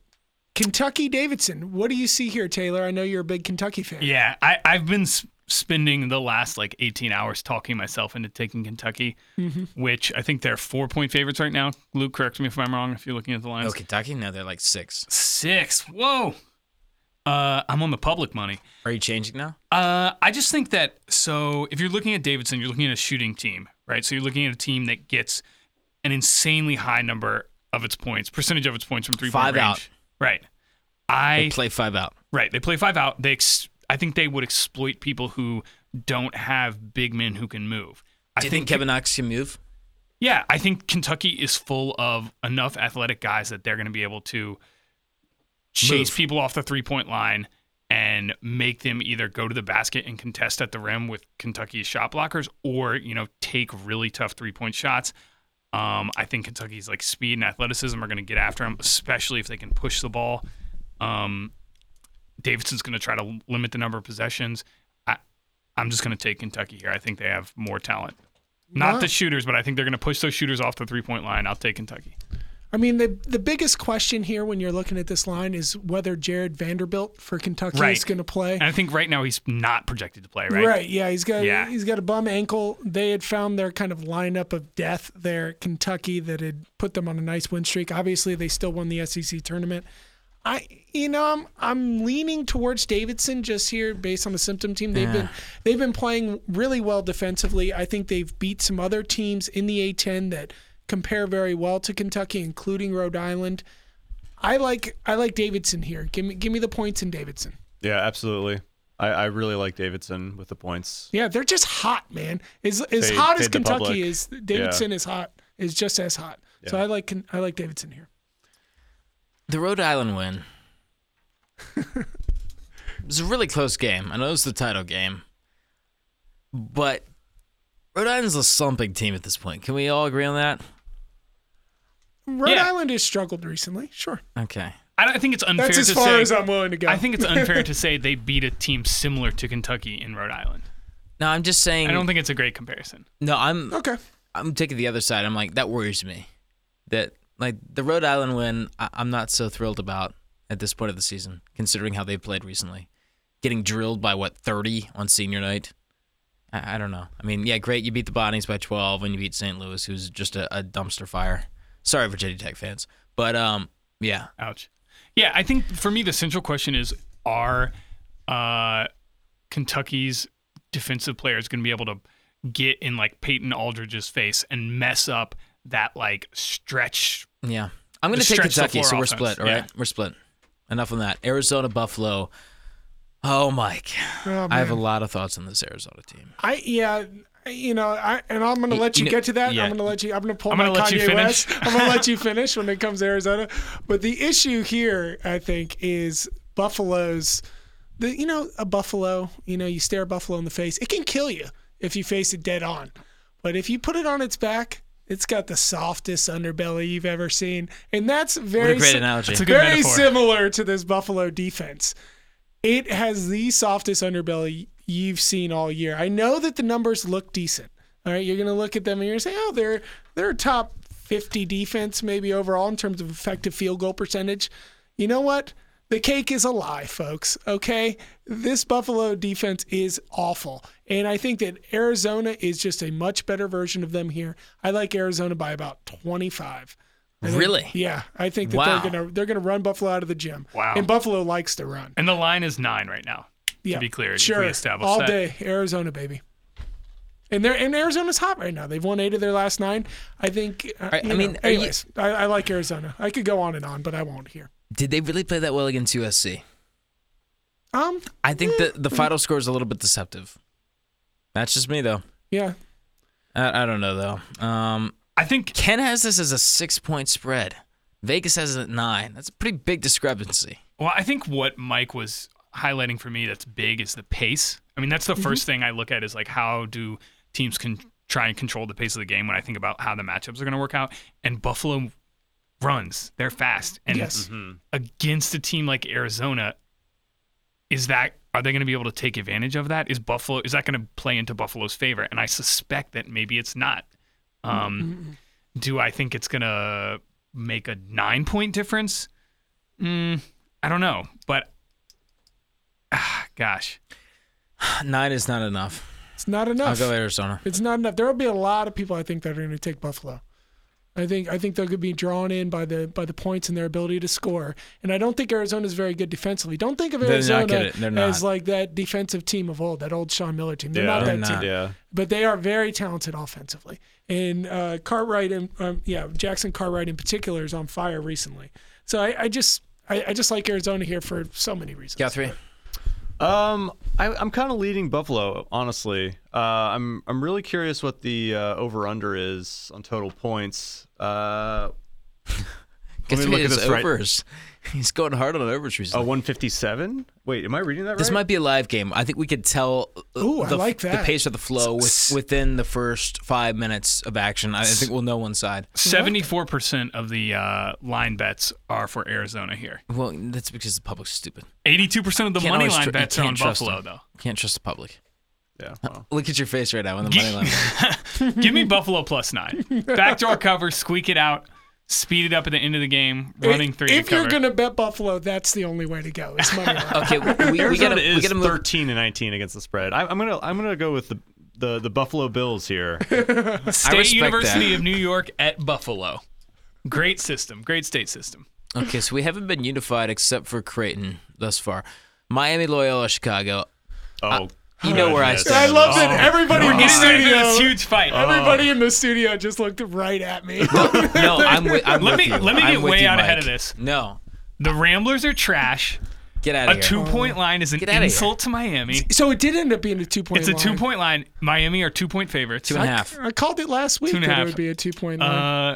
S2: Kentucky Davidson. What do you see here, Taylor? I know you're a big Kentucky fan.
S1: Yeah, I, I've been s- spending the last like 18 hours talking myself into taking Kentucky, which I think they're four point favorites right now. Luke, correct me if I'm wrong. If you're looking at the lines,
S3: Oh, Kentucky? No, they're like six.
S1: six. Whoa. Uh, I'm on the public money.
S3: Are you changing now?
S1: Uh, I just think that so if you're looking at Davidson, you're looking at a shooting team, right? So you're looking at a team that gets an insanely high number of its points, percentage of its points from three
S3: Five
S1: point range.
S3: out.
S1: Right.
S3: They
S1: I
S3: play five out.
S1: Right. They play five out. They ex- I think they would exploit people who don't have big men who can move. I
S3: Do you think Kevin Knox can move?
S1: Yeah, I think Kentucky is full of enough athletic guys that they're going to be able to chase
S3: Move.
S1: people off the three-point line and make them either go to the basket and contest at the rim with Kentucky's shot blockers or, you know, take really tough three-point shots. Um, I think Kentucky's like speed and athleticism are going to get after them, especially if they can push the ball. Um, Davidson's going to try to limit the number of possessions. I, I'm just going to take Kentucky here. I think they have more talent. Not the shooters, but I think they're going to push those shooters off the three point line. I'll take Kentucky.
S2: I mean, the the biggest question here when you're looking at this line is whether Jared Vanderbilt for Kentucky is
S1: Right.
S2: going to play.
S1: And I think right now he's not projected to play, right?
S2: Yeah. He's got
S1: Yeah.
S2: he's got a bum ankle. They had found their kind of lineup of death there, Kentucky, that had put them on a nice win streak. Obviously, they still won the SEC tournament. I you know I'm I'm leaning towards Davidson just here based on the symptom team. They've been they've been playing really well defensively. I think they've beat some other teams in the A10 that compare very well to Kentucky, including Rhode Island. I like I like Davidson here. Give me give me the points in Davidson.
S5: Yeah, absolutely. I, I really like Davidson with the points.
S2: Yeah, they're just hot, man. As as
S5: They-
S2: hot as
S5: they the public.
S2: Kentucky is, Davidson is hot. Is just as hot. So
S5: Yeah.
S2: I like I like Davidson here.
S3: The Rhode Island win. it was a really close game. I know it was the title game. But Rhode Island's a slumping team at this point. Can we all agree on that?
S2: Rhode
S1: Yeah.
S2: Island has struggled recently. Sure,
S3: Okay.
S1: I, don't- I think it's unfair
S2: that's as
S1: to
S2: far
S1: say.
S2: as I'm willing to go.
S1: I think it's unfair to say they beat a team similar to Kentucky in Rhode Island.
S3: No, I'm just saying
S1: I don't think it's a great comparison.
S3: No, I'm
S2: okay.
S3: I'm taking the other side. I'm like, that worries me. That like the Rhode Island win, I- I'm not so thrilled about at this point of the season, considering how they played recently. Getting drilled by what 30 on senior night. I, I don't know. I mean, yeah, great. You beat the Bonnies by 12, and you beat St. Louis, who's just a, a dumpster fire. Sorry, Virginia Tech fans, but um, yeah,
S1: Ouch. Yeah, I think for me the central question is: Are uh, Kentucky's defensive players going to be able to get in like Peyton Aldridge's face and mess up that like stretch?
S3: yeah. I'm gonna
S1: Just
S3: take
S1: stretch the
S3: Kentucky,
S1: floor
S3: so we're
S1: offense,
S3: split. All right,
S1: yeah.
S3: we're split. Enough on that. Arizona, Buffalo. Oh my
S2: Oh,
S3: God. I have a lot of thoughts on this Arizona team.
S2: I yeah. I- You know, I and I'm gonna let you,
S3: you know-
S2: get to that.
S3: yeah.
S2: I'm gonna let you. I'm gonna pull
S1: I'm
S2: my
S1: gonna let you
S2: Kanye
S1: finish.
S2: West. I'm gonna let you finish when it comes to Arizona. But the issue here, I think, is Buffalo's. The you know a buffalo. You know you stare a buffalo in the face. It can kill you if you face it dead on. But if you put it on its back, it's got the softest underbelly you've ever seen, and that's very
S3: What a great
S2: si-
S3: analogy.
S1: It's a good
S2: very
S1: metaphor.
S2: similar to this Buffalo defense. It has the softest underbelly you've seen all year. I know that the numbers look decent. All right, you're going to look at them and you're going to say, oh, they're they're top 50 defense maybe overall in terms of effective field goal percentage. You know what? The cake is a lie, folks. Okay, this Buffalo defense is awful, and I think that Arizona is just a much better version of them here. I like Arizona by about 25. I think-
S3: Really?
S2: Yeah, I think that
S3: Wow.
S2: they're gonna they're gonna run Buffalo out of the gym.
S1: Wow.
S2: And Buffalo likes to run.
S1: And the line is nine right now.
S2: Yeah.
S1: be clear, if
S2: sure.
S1: we establish
S2: all
S1: that.
S2: day Arizona, baby. And they're and Arizona's hot right now. They've won eight of their last nine. I think. Uh,
S3: I-
S2: you
S3: I
S2: know,
S3: mean, are you-
S2: anyways, I, I like Arizona. I could go on and on, but I won't here.
S3: Did they really play that well against USC?
S2: Um.
S3: I think the the final score is a little bit deceptive. That's just me though.
S2: Yeah.
S3: I, I don't know though. Um,
S1: I think
S3: Ken has this as a six point spread. Vegas has it at nine. That's a pretty big discrepancy.
S1: Well, I think what Mike was highlighting for me that's big is the pace. I mean, that's the first thing I look at is like how do teams can try and control the pace of the game when I think about how the matchups are going to work out. And Buffalo runs; they're fast, and
S2: Yes.
S1: against a team like Arizona, is that are they going to be able to take advantage of that? Is Buffalo is that going to play into Buffalo's favor? And I suspect that maybe it's not. Um, do I think it's going to make a nine point difference? Mm, I don't know, but ah, gosh,
S3: Nine is not enough.
S2: It's not
S3: I'll
S2: enough.
S3: go Arizona.
S2: It's not enough. There will be a lot of people I think that are going to take Buffalo. I think I think they're going to be drawn in by the by the points and their ability to score. And I don't think Arizona's very good defensively. Don't think of
S3: They're not
S2: Arizona
S3: good at- they're not.
S2: as like that defensive team of old, that old Sean Miller team. They're not
S5: They're
S2: that
S3: not.
S2: team.
S5: Yeah.
S2: but they are very talented offensively. And uh, Cartwright and um, yeah, Jackson Cartwright in particular is on fire recently. So I, I just I, I just like Arizona here for so many reasons.
S3: Got three.
S5: Um, I, I'm kind of leading Buffalo, honestly. Uh, I'm I'm really curious what the uh, over under is on total points. Uh,
S3: Get
S5: me
S3: three
S5: look at
S3: is
S5: this right-
S3: overs. He's going hard on overs recently.
S5: uh 157. Wait, am I reading that right?
S3: This might be a live game. I think we could tell uh,
S2: Ooh, I
S3: the,
S2: like
S3: the
S2: that.
S3: pace of the flow with, within the first five minutes of action. I, I think we'll know one side.
S1: seventy four percent of the uh, line bets are for Arizona here.
S3: Well, that's because the public's stupid.
S1: Eighty two percent of the
S3: Can't
S1: money
S3: always
S1: line
S3: tr- you
S1: bets are on
S3: can't trust
S1: Buffalo,
S3: them.
S1: though.
S3: Can't trust the public.
S5: Yeah. Well,
S3: Look at your face right now when the money line.
S1: Give me Buffalo plus nine. Backdoor cover, squeak it out, speed it up at the end of the game, running three.
S2: If
S1: to
S2: you're
S1: cover.
S2: gonna bet Buffalo, that's the only way to go. It's money line.
S3: Okay, we, we, we
S5: Arizona
S3: gotta we
S5: is
S3: gotta move.
S5: 13 and 19 against the spread. I, I'm gonna I'm gonna go with the the, the Buffalo Bills here.
S3: I
S1: State
S3: respect
S1: University
S3: that.
S1: of New York at Buffalo. Great system, great state system.
S3: Okay, so we haven't been unified except for Creighton thus far. Miami, Loyola, Chicago.
S5: Oh,
S3: You know where I
S5: goodness.
S3: stand.
S2: I love that everybody in the
S1: Getting ready for this
S2: studio.
S1: huge fight.
S3: Uh-huh.
S2: Everybody in the studio just looked right at me.
S3: No, I'm with, I'm
S1: Let
S3: with
S1: me-
S3: you.
S1: let me
S3: I'm
S1: get
S3: with
S1: way
S3: you,
S1: out ahead
S3: Mike.
S1: of this.
S3: No,
S1: The Ramblers are trash.
S3: get out of
S1: A
S3: here.
S1: two point line is an
S3: Get outta here.
S1: insult to Miami.
S2: so it did end up being a two point.
S1: It's a two point line. Miami are two point favorites.
S3: Two and a half.
S2: I called it last week
S1: and a
S2: that it
S1: half.
S2: would be a two point.
S1: Uh,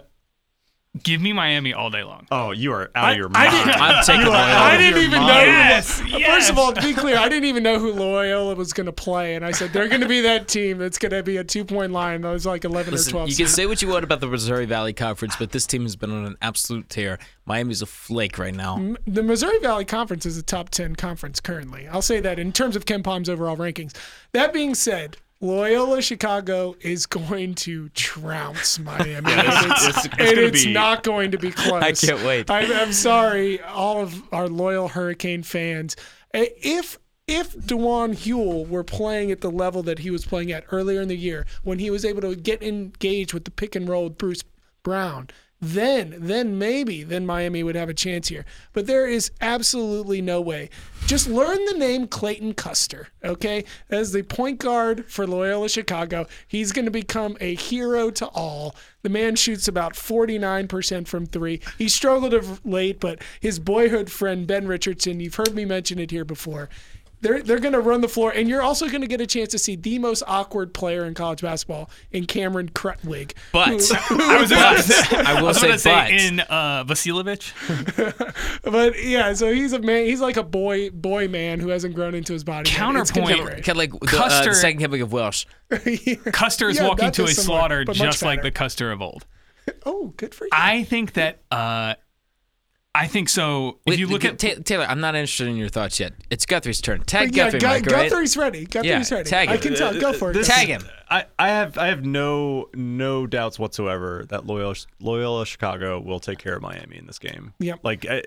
S1: give me Miami all day long.
S5: Oh, you are out of your
S2: I
S5: mind.
S2: didn't-
S3: I'm taking Loyola.
S2: I didn't even know.
S1: Yes,
S2: who Lo-
S1: yes.
S2: First of all, to be clear, I didn't even know who Loyola was going to play, and I said they're going to be that team that's going to be a two-point line. That was like eleven or
S3: Listen,
S2: twelve.
S3: you can say what you want about the Missouri Valley Conference, but this team has been on an absolute tear. Miami's a flake right now.
S2: the Missouri Valley Conference is a top ten conference currently. I'll say that in terms of Ken Palm's overall rankings. That being said. Loyola Chicago is going to trounce Miami. And it's,
S5: it's- it's
S2: and
S5: gonna
S2: it's
S5: be-
S2: not going to be close.
S3: I can't wait.
S2: I'm, I'm sorry, all of our loyal Hurricane fans. Uh, If if Dewan Huel were playing at the level that he was playing at earlier in the year, when he was able to get engaged with the pick and roll with Bruce Brown, then then maybe then Miami would have a chance here. But there is absolutely no way. Just learn the name Clayton Custer, okay? As the point guard for Loyola Chicago, he's going to become a hero to all. The man shoots about 49% from three. He struggled of late, but his boyhood friend, Ben Richardson, you've heard me mention it here before. They're, they're going to run the floor, and you're also going to get a chance to see the most awkward player in college basketball in Cameron Crutwig.
S3: But
S1: I was about to say,
S3: I will
S1: I was
S3: say,
S1: about to
S3: but
S1: say in uh, Vasilevich.
S2: But yeah, so he's a man. He's like a boy boy man who hasn't grown into his body. yet. It's gonna be
S1: Counterpoint-
S2: great.
S3: kind of like the, uh,
S1: Custer-
S3: the second coming of Welsh.
S1: Custer is
S2: Yeah,
S1: walking
S2: that
S1: to a
S2: is similar,
S1: slaughter
S2: but much
S1: just like
S2: better.
S1: the Custer of old.
S2: Oh, good for you.
S1: I think that uh, I think so. If
S3: Wait,
S1: you look
S3: Gu-
S1: at
S3: Ta- Taylor, I'm not interested in your thoughts yet. It's Guthrie's turn. Tag
S2: yeah,
S3: Guthrie,
S2: Gu-
S3: Mike, all right?
S2: Guthrie's ready. Guthrie's ready.
S3: tag
S2: I
S3: him.
S2: can tell. Go for it.
S5: This-
S3: Tag him.
S5: I, I have I have no no doubts whatsoever that Loyola Loyola Chicago will take care of Miami in this game.
S2: Yep.
S5: Like I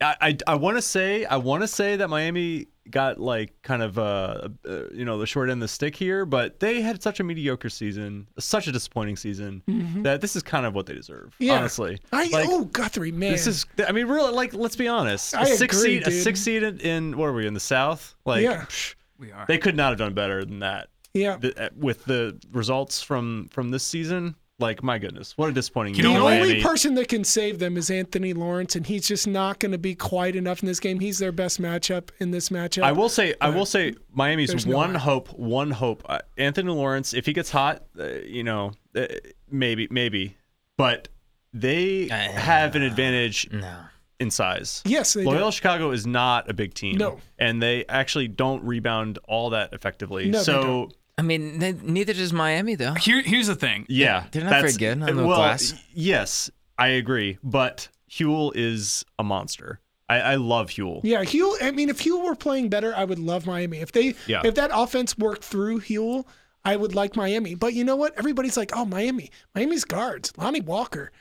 S5: I, I, I want to say I want to say that Miami got like kind of uh, uh you know the short end of the stick here, but they had such a mediocre season, such a disappointing season that this is kind of what they deserve.
S2: Mm-hmm. Yeah.
S5: Honestly,
S2: I,
S5: Like,
S2: oh, Guthrie, man.
S5: This is, I mean, really, like, let's be honest. A
S2: I
S5: six
S2: agree,
S5: seed,
S2: dude.
S5: a six seed in, in what are we in the South? Like,
S2: Yeah.
S5: psh,
S1: we are.
S5: they could not have done better than that.
S2: yeah.
S5: The- uh, with the results from from this season, like, my goodness, what a disappointing.
S1: You
S5: year
S2: the
S1: know
S5: for
S1: what?
S2: only
S5: Miami.
S2: person that can save them is Anthony Lawrence, and he's just not going to be quite enough in this game. He's their best matchup in this matchup.
S5: I will say, I will say, Miami's
S2: there's no
S5: one
S2: way.
S5: hope, one hope. Uh, Anthony Lawrence, if he gets hot, uh, you know, uh, maybe, maybe, but they have an advantage
S3: No.
S5: in size.
S2: Yes, they do.
S5: Loyola Chicago is not a big team.
S2: No.
S5: and they actually don't rebound all that effectively.
S2: No, they
S5: so
S3: I mean, ne- neither does Miami, though.
S1: Here, here's the thing.
S5: yeah,
S3: They're not very
S5: that's-
S3: good on the
S5: well,
S3: glass.
S5: y- Yes, I agree, but Huel is a monster. I, I love Huel.
S2: Yeah, Huel. I mean, if Huel were playing better, I would love Miami. If they,
S5: Yeah.
S2: if that offense worked through Huel, I would like Miami. But you know what? Everybody's like, oh, Miami. Miami's guards, Lonnie Walker,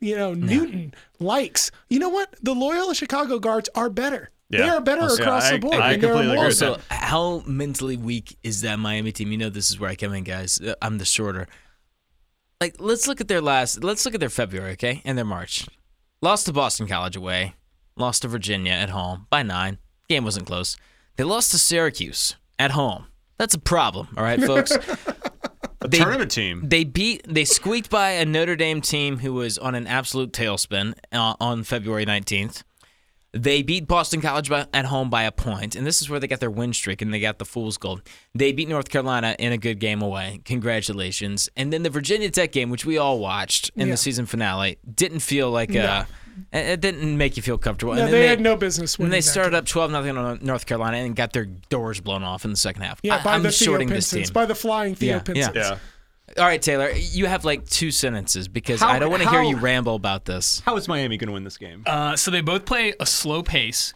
S2: you know, Newton, likes. You know what? The Loyola Chicago guards are better. They
S5: Yeah.
S2: are better
S5: Also,
S2: across
S5: yeah,
S2: the
S5: I-
S2: board.
S5: I
S2: and they're
S5: completely agree
S2: more-
S5: with that.
S3: Also, how mentally weak is that Miami team? You know, this is where I come in, guys. Uh, I'm the shorter. Like, let's look at their last. Let's look at their February, okay, and their March. Lost to Boston College away. Lost to Virginia at home by nine. Game wasn't close. They lost to Syracuse at home. That's a problem, all right, folks.
S5: A
S3: They-
S5: tournament team.
S3: They beat, they squeaked by a Notre Dame team who was on an absolute tailspin uh, on February 19th. They beat Boston College by, at home by a point, and this is where they got their win streak and they got the fool's gold. They beat North Carolina in a good game away. Congratulations! And then the Virginia Tech game, which we all watched in
S2: Yeah.
S3: the season finale, didn't feel like uh, it it didn't make you feel comfortable.
S2: No,
S3: and
S2: they,
S3: then
S2: had no business winning.
S3: And they
S2: that
S3: started
S2: game.
S3: up twelve nothing on North Carolina and got their doors blown off in the second half.
S2: Yeah,
S3: I-
S2: by
S3: I'm
S2: the Theo
S3: shorting this
S2: Pinsons,
S3: team.
S2: by the flying Theo
S3: Yeah, yeah.
S2: Pinsons.
S5: Yeah.
S3: All right, Taylor, you have like two sentences because
S5: How-
S3: I don't want to hear
S5: how-
S3: you ramble about this.
S5: How is Miami going to win this game?
S1: Uh, so they both play a slow pace,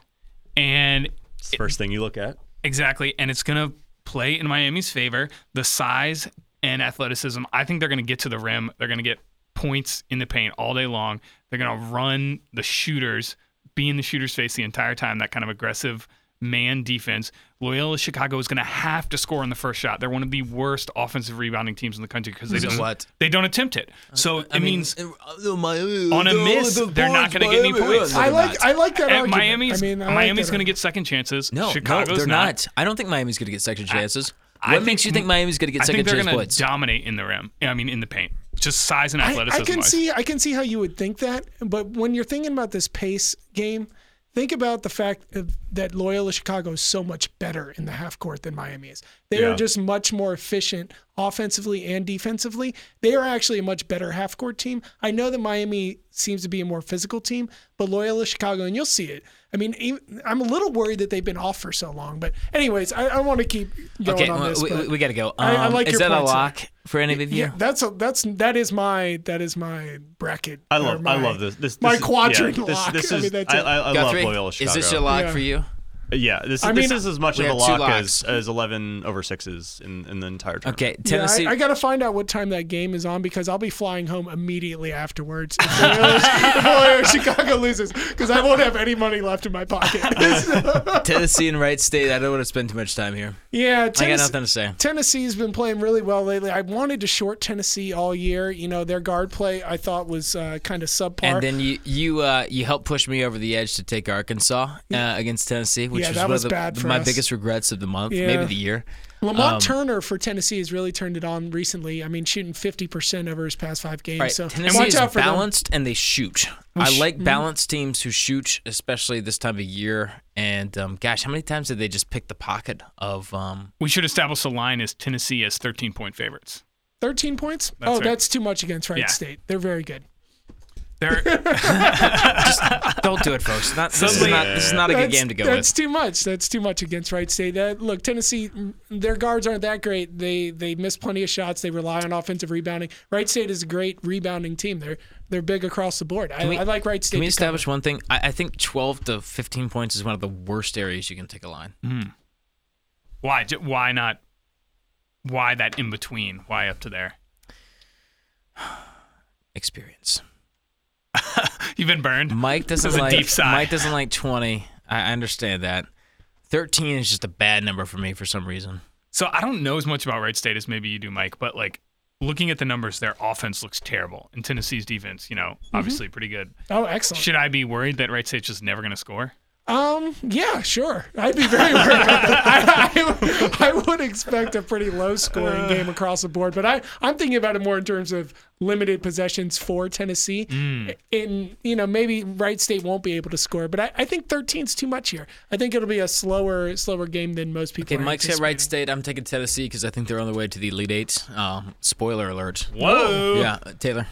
S1: and
S5: It's the first thing you look at.
S1: Exactly, and it's going to play in Miami's favor. The size and athleticism. I think they're going to get to the rim. They're going to get points in the paint all day long. They're going to run the shooters, be in the shooter's face the entire time. That kind of aggressive man defense. Loyola Chicago is going to have to score on the first shot. They're one of the worst offensive rebounding teams in the country because they
S3: So
S1: don't
S3: what?
S1: they don't attempt it. So it means
S3: on
S1: on a miss, they're not going to get any points.
S2: I
S3: They're
S2: like
S3: not.
S2: I like that
S1: At
S2: argument.
S1: Miami's,
S2: I mean, I like
S1: Miami's
S2: that
S1: going to
S2: argument.
S1: get second chances.
S3: No,
S1: Chicago's
S3: no, they're
S1: not.
S3: not. I don't think Miami's going to get second chances.
S1: I
S3: what makes you think Miami's going to get
S1: I think
S3: second
S1: they're
S3: chance
S1: gonna
S3: points?
S1: dominate in the rim. I mean, in the paint, just size and
S2: I-
S1: athleticism.
S2: I can
S1: wise.
S2: see I can see how you would think that, but when you're thinking about this pace game, think about the fact of- that Loyola Chicago is so much better in the half court than Miami is. They are
S5: Yeah.
S2: just much more efficient offensively and defensively. They are actually a much better half court team. I know that Miami seems to be a more physical team, but Loyola Chicago, and you'll see it. I mean, even- I'm a little worried that they've been off for so long, but anyways, I, I want to keep going
S3: okay,
S2: on
S3: well,
S2: this.
S3: we,
S2: but-
S3: got to go. Um,
S2: I- I like
S3: is
S2: your
S3: that a
S2: points, though.
S3: lock for any of you?
S2: yeah, that's a that's that is my that is my bracket.
S5: I
S2: or
S5: love,
S2: my,
S5: I love this. This, this
S2: my
S5: is- yeah,
S2: quadrant
S5: this-
S2: lock.
S5: This,
S2: I
S5: is,
S2: mean, that's
S5: I,
S2: it.
S5: I, I love
S3: Guthrie,
S5: Loyola Chicago.
S3: is this your lock
S2: Yeah.
S3: for you?
S5: Yeah, this,
S2: I
S5: this
S2: mean,
S5: is as much
S3: we
S5: of a
S3: had two
S5: lock
S3: locks.
S5: as, as 11 over sixes in, in the entire tournament.
S3: Okay,
S2: Yeah,
S3: Tennessee.
S2: I, I got to find out what time that game is on because I'll be flying home immediately afterwards if Loyola, if Loyola Chicago loses because I won't have any money left in my pocket.
S3: Tennessee and Wright State. I don't want to spend too much time here.
S2: yeah,
S3: I got
S2: Tennessee-
S3: nothing to say.
S2: Tennessee's been playing really well lately. I wanted to short Tennessee all year. You know, their guard play I thought was uh, kind of subpar.
S3: And then you you uh, you helped push me over the edge to take Arkansas uh, against Tennessee,
S2: Yeah,
S3: which was
S2: that
S3: one
S2: was
S3: of the,
S2: bad for
S3: my
S2: us.
S3: biggest regrets of the month,
S2: Yeah.
S3: maybe the year.
S2: Lamont
S3: Um,
S2: Turner for Tennessee has really turned it on recently. I mean, shooting 50% over his past five games.
S3: Right,
S2: So
S3: Tennessee
S2: watch
S3: is
S2: out for them. mm-hmm.
S3: balanced and they shoot. I like balanced teams who shoot, especially this time of year. And um, gosh, how many times did they just pick the pocket of? Um,
S1: We should establish a line as Tennessee as 13 point favorites.
S2: 13 points?
S1: That's
S2: oh,
S1: right.
S2: that's too much against Wright
S1: Yeah.
S2: State. They're very good.
S1: There,
S3: Don't do it, folks. Not, this, is
S1: Suddenly-
S3: not, this is not a good
S2: That's-
S3: game to go
S2: That's
S3: with.
S2: too much. That's too much against Wright State. That look, Tennessee, mm, their guards aren't that great. They they miss plenty of shots. They rely on offensive rebounding. Wright State is a great rebounding team. They're they're big across the board. I,
S3: we-
S2: I like Wright State.
S3: Can we
S2: to cover.
S3: establish one thing? I, I think 12 to 15 points is one of the worst areas you can take a line.
S2: Mm-hmm.
S1: why? Ju- Why not? Why that in between? Why up to there?
S3: Experience.
S1: You've been burned.
S3: Mike doesn't
S1: was a
S3: like
S1: deep sigh.
S3: Mike doesn't like 20. I I understand that. 13 is just a bad number for me for some reason.
S1: So I don't know as much about Wright State as maybe you do, Mike, but like looking at the numbers, their offense looks terrible, and Tennessee's defense, you know,
S2: Mm-hmm.
S1: obviously pretty good.
S2: Oh, excellent.
S1: Should I be worried that Wright State's just never going to score?
S2: Um, yeah, sure. I'd be very worried. about that. I, I, I would expect a pretty low scoring game
S1: Uh.
S2: across the board, but I, I'm thinking about it more in terms of limited possessions for Tennessee.
S1: Mm.
S2: And, you know, maybe Wright State won't be able to score, but I, I think 13's too much here. I think it'll be a slower, slower game than most people
S3: Okay,
S2: are
S3: Mike's at
S2: anticipating.
S3: Wright State. I'm taking Tennessee because I think they're on their way to the Elite Eight. Um, spoiler alert.
S1: Whoa!
S3: Yeah, Taylor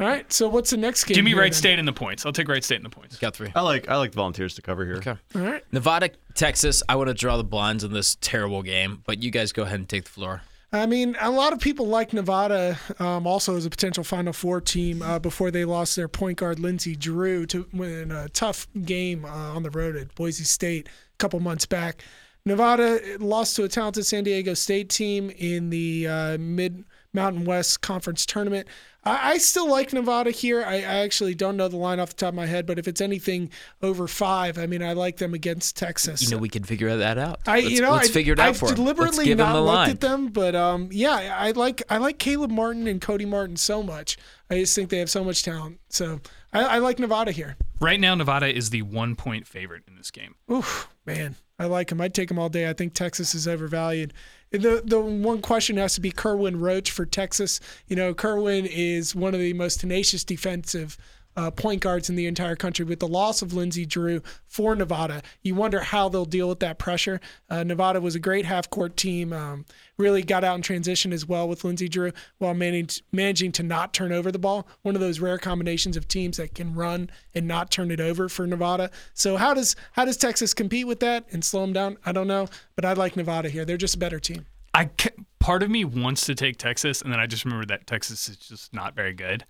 S2: All right, so what's the next game?
S1: Give me
S2: here
S1: Wright
S2: then?
S1: State in the points. I'll take Wright State in the points.
S3: got three.
S5: I like I like the Volunteers to cover here.
S3: Okay.
S2: All right.
S3: Oh. Nevada, Texas. I want to draw the blinds on this terrible game, but you guys go ahead and take the floor.
S2: I mean, a lot of people like Nevada um, also as a potential Final Four team uh, before they lost their point guard Lindsey Drew to win a tough game uh, on the road at Boise State a couple months back. Nevada lost to a talented San Diego State team in the uh, mid Mountain West Conference tournament. I, I still like Nevada here. I, I actually don't know the line off the top of my head, but if it's anything over five, I mean, I like them against Texas.
S3: You know we can figure that out.
S2: I,
S3: let's,
S2: you know,
S3: let's
S2: I,
S3: figure it out
S2: I've
S3: for 'em.
S2: deliberately
S3: let's give 'em
S2: not
S3: the
S2: looked
S3: line.
S2: at them, but um, yeah, I I like I like Caleb Martin and Cody Martin so much. I just think they have so much talent. So I, I like Nevada here.
S1: Right now, Nevada is the one point favorite in this game.
S2: Oof, man, I like them. I'd take them all day. I think Texas is overvalued. The the one question has to be Kerwin Roach for Texas. You know, Kerwin is one of the most tenacious defensive. Uh, point guards in the entire country. With the loss of Lindsey Drew for Nevada, you wonder how they'll deal with that pressure. Uh, Nevada was a great half court team, um, really got out in transition as well with Lindsey Drew while manage, managing to not turn over the ball. One of those rare combinations of teams that can run and not turn it over for Nevada. So how does how does Texas compete with that and slow them down? I don't know, but I like Nevada here. They're just a better team.
S1: I ca part of me wants to take Texas, and then I just remembered that Texas is just not very good.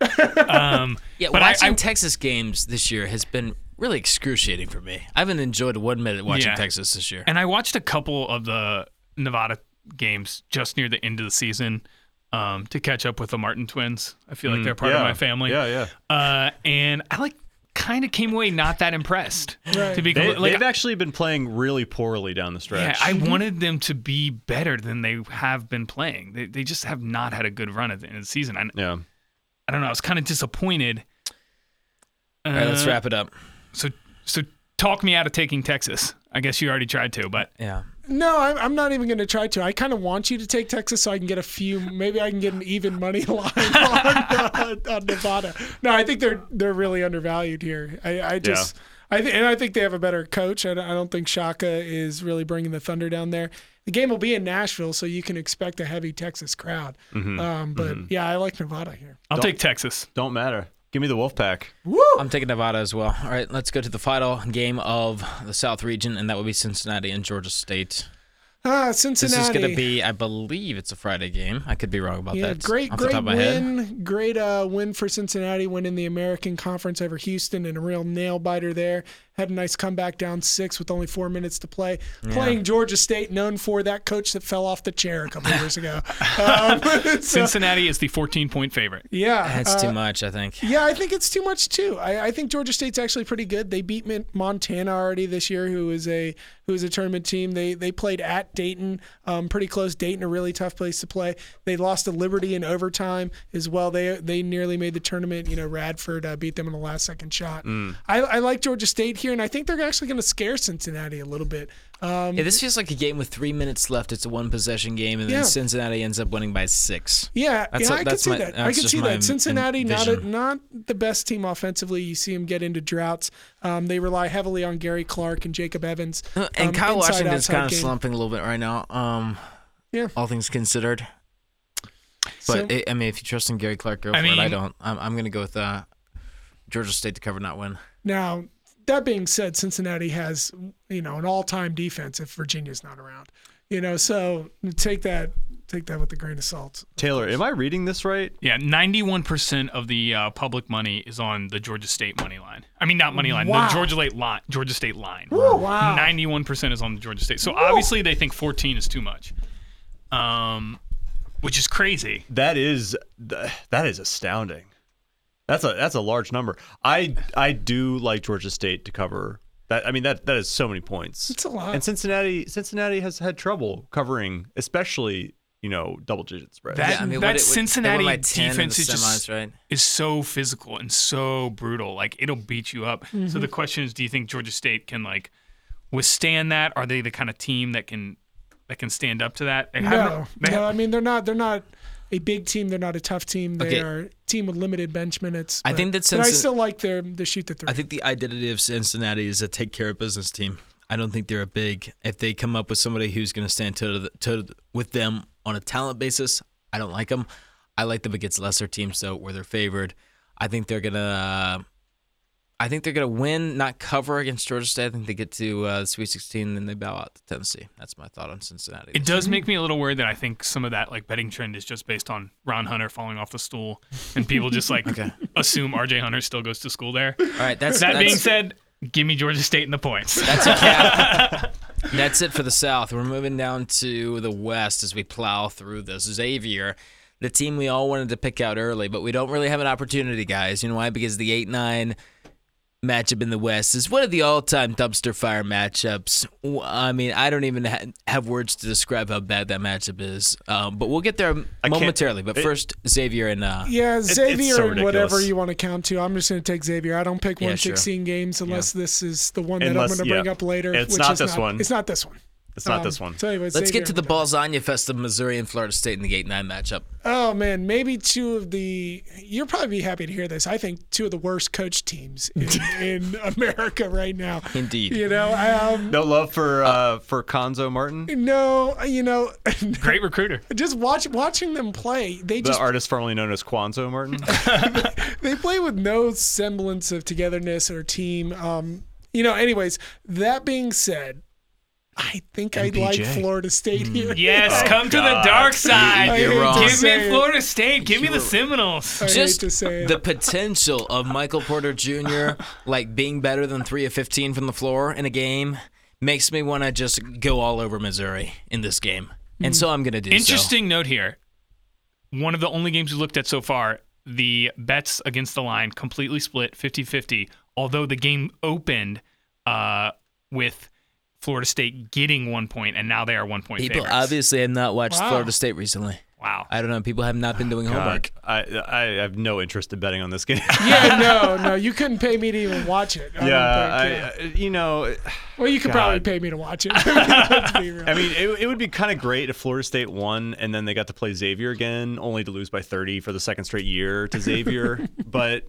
S1: Um,
S3: Yeah,
S1: but I-
S3: watching
S1: I-
S3: Texas games this year has been really excruciating for me. I haven't enjoyed one minute watching
S1: Yeah.
S3: Texas this year.
S1: And I watched a couple of the Nevada games just near the end of the season um, to catch up with the Martin twins. I feel like they're part
S5: Mm, yeah.
S1: of my family.
S5: Yeah, yeah.
S1: Uh, and I like kind of came away not that impressed.
S2: Right.
S1: To be
S5: They,
S1: compl- like,
S5: have actually been playing really poorly down the
S1: yeah,
S5: stretch.
S1: I wanted them to be better than they have been playing. They, they just have not had a good run at the end of the season. I,
S5: yeah.
S1: I don't know. I was kind of disappointed. Uh,
S3: All right, let's wrap it up.
S1: So, so talk me out of taking Texas. I guess you already tried to, but
S3: Yeah.
S2: No, I'm, I'm not even going to try to. I kind of want you to take Texas so I can get a few. Maybe I can get an even money line on, uh, on Nevada. No, I think they're they're really undervalued here. I, I just I th- and I think they have a better coach. I don't, I don't think Shaka is really bringing the thunder down there. The game will be in Nashville, so you can expect a heavy Texas crowd. Um, but yeah, I like Nevada here.
S1: I'll take Texas.
S5: Don't matter. Give me the Wolfpack.
S2: Woo!
S3: I'm taking Nevada as well. All right, let's go to the final game of the South region, and that would be Cincinnati and Georgia State.
S2: Ah,
S3: This
S2: Cincinnati.
S3: is going to be, I believe, it's a Friday game. I could be wrong about
S2: Yeah,
S3: that.
S2: great,
S3: off the top
S2: great
S3: of my head.
S2: win, great uh, win for Cincinnati. Win in the American Conference over Houston, and a real nail biter there. Had a nice comeback down six with only four minutes to play. Playing Georgia State, known for that coach that fell off the chair a couple years ago. Um, so,
S1: Cincinnati is the 14 point favorite.
S2: yeah,
S3: That's
S2: uh,
S3: too much, I think.
S2: yeah, I think it's too much too. I, I think Georgia State's actually pretty good. They beat Min- Montana already this year, who is a who is a tournament team. They they played at Dayton, um, pretty close. Dayton, a really tough place to play. They lost to Liberty in overtime as well. They they nearly made the tournament. You know, Radford uh, beat them in the last second shot. I, I like Georgia State here, and I think they're actually going to scare Cincinnati a little bit. Um,
S3: Yeah, this feels like a game with three minutes left. It's a one possession game, and
S2: Yeah.
S3: then Cincinnati ends up winning by six.
S2: Yeah, yeah,
S3: That's a-
S2: I could
S3: that's
S2: see
S3: my-
S2: that. I
S3: that's
S2: could
S3: just
S2: see
S3: my in-
S2: that. Cincinnati not a,
S3: vision.
S2: not the best team offensively. You see them get into droughts. Um, they rely heavily on Gary Clark and Jacob Evans.
S3: Uh, And
S2: um,
S3: Kyle
S2: inside,
S3: Washington's
S2: outside
S3: kind of
S2: game.
S3: slumping a little bit right now. Um,
S2: Yeah.
S3: All things considered.
S2: So-
S3: But it, I mean, if you trust in Gary Clark, go for
S1: I
S3: it. I
S1: mean-
S3: don't. I'm, I'm going to go with uh, Georgia State to cover, not win.
S2: Now, that being said, Cincinnati has, you know, an all-time defense if Virginia's not around. You know, so take that take that with a grain of salt.
S5: Taylor, am I reading this right?
S1: Yeah, ninety-one percent of the uh, public money is on the Georgia State money line. I mean, not money line,
S2: Wow.
S1: the Georgia State line. Georgia State line.
S2: Wow.
S1: Ninety-one percent is on the Georgia State. So obviously they think fourteen is too much, um, which is crazy.
S5: That is th- that is astounding. That's a that's a large number. I I do like Georgia State to cover. That I mean that that is so many points.
S2: It's a lot.
S5: And Cincinnati Cincinnati has had trouble covering, especially you know double digit spreads.
S1: That
S3: Yeah, I mean,
S1: that
S3: what it-
S1: Cincinnati
S3: they won by 10 in the
S1: defense is just
S3: semis, right?
S1: is so physical and so brutal. Like it'll beat you up. So the
S2: Mm-hmm.
S1: question is, do you think Georgia State can like withstand that? Are they the kind of team that can that can stand up to that? They
S2: No,
S1: haven't- they
S2: no, I
S1: haven't-
S2: mean they're not they're not a big team. They're not a tough team. They
S3: Okay.
S2: are a team with limited bench minutes.
S3: I
S2: but-
S3: think that
S2: but I
S3: Cincin-
S2: still like their the shoot the three.
S3: I think the identity of Cincinnati is a take care of business team. I don't think they're a big. If they come up with somebody who's going to stand toe to the, toe to- with them on a talent basis, I don't like them. I like them against lesser teams though, where they're favored. I think they're gonna. uh, I think they're gonna win, not cover against Georgia State. I think they get to uh, the Sweet 16, then they bow out to Tennessee. That's my thought on Cincinnati.
S1: It does make me a little worried that I think some of that like betting trend is just based on Ron Hunter falling off the stool and people just like assume RJ Hunter still goes to school there.
S3: All right. That's
S1: That
S3: that's,
S1: being said, give me Georgia State in the points.
S3: That's a cap. That's it for the South. We're moving down to the West as we plow through this. Xavier, the team we all wanted to pick out early, but we don't really have an opportunity, guys. You know why? Because the 8 9 matchup in the West is one of the all time dumpster fire matchups. W- I mean, I don't even ha- have words to describe how bad that matchup is. Um, but we'll get there momentarily. But
S5: it-
S3: first, Xavier and. Uh,
S2: yeah,
S5: it's
S2: Xavier
S5: so
S2: and whatever
S5: ridiculous.
S2: you want to count to. I'm just going to take Xavier. I don't pick
S3: Yeah,
S2: one
S3: sure.
S2: 16 games unless this is the one that
S5: Unless-
S2: I'm going to bring
S5: yeah.
S2: up later.
S5: It's
S2: which
S5: not
S2: is
S5: this one.
S2: It's not this one.
S5: it's not
S2: Um,
S5: this one.
S2: So anyway,
S3: Let's get to the
S2: ball.
S3: Balzania Fest of Missouri and Florida State in the 8 9 matchup.
S2: Oh man, maybe two of the you'll probably be happy to hear this. I think two of the worst coach teams in, in America right now.
S3: Indeed.
S2: You know, um,
S5: No love for uh, for Conzo Martin,
S2: no, you know,
S1: Great recruiter.
S2: just watch watching them play. They
S5: the
S2: just Oh
S5: artist formerly known as Quanzo Martin.
S2: they play with no semblance of togetherness or team. Um, you know, anyways, that being said, I think I'd like Florida State
S5: Mm.
S2: here.
S1: Yes, come to the dark side.
S2: you're wrong.
S1: Give
S2: Say
S1: me
S2: it.
S1: Florida State. Give me the Seminoles.
S2: I hate
S3: just
S2: to say it.
S3: the potential of Michael Porter Jr. like being better than three of fifteen from the floor in a game makes me want to just go all over Missouri in this game, and so I'm gonna do. so.
S1: Interesting note here. One of the only games we looked at so far, the bets against the line completely split 50 50, although the game opened uh, with Florida State getting one point, and now they are one point
S3: People
S1: favorites.
S3: obviously have not watched
S2: Wow.
S3: Florida State recently.
S1: wow.
S3: I don't know. People have not been doing homework.
S5: I I have no interest in betting on this game.
S2: yeah, no, no, you couldn't pay me to even watch it. I don't
S5: yeah, I,
S2: think, yeah.
S5: I- you know,
S2: well, you could probably
S5: God.
S2: pay me to watch it. Let's be real.
S5: I mean, it, it would be kind of great if Florida State won and then they got to play Xavier again, only to lose by 30 for the second straight year to Xavier. but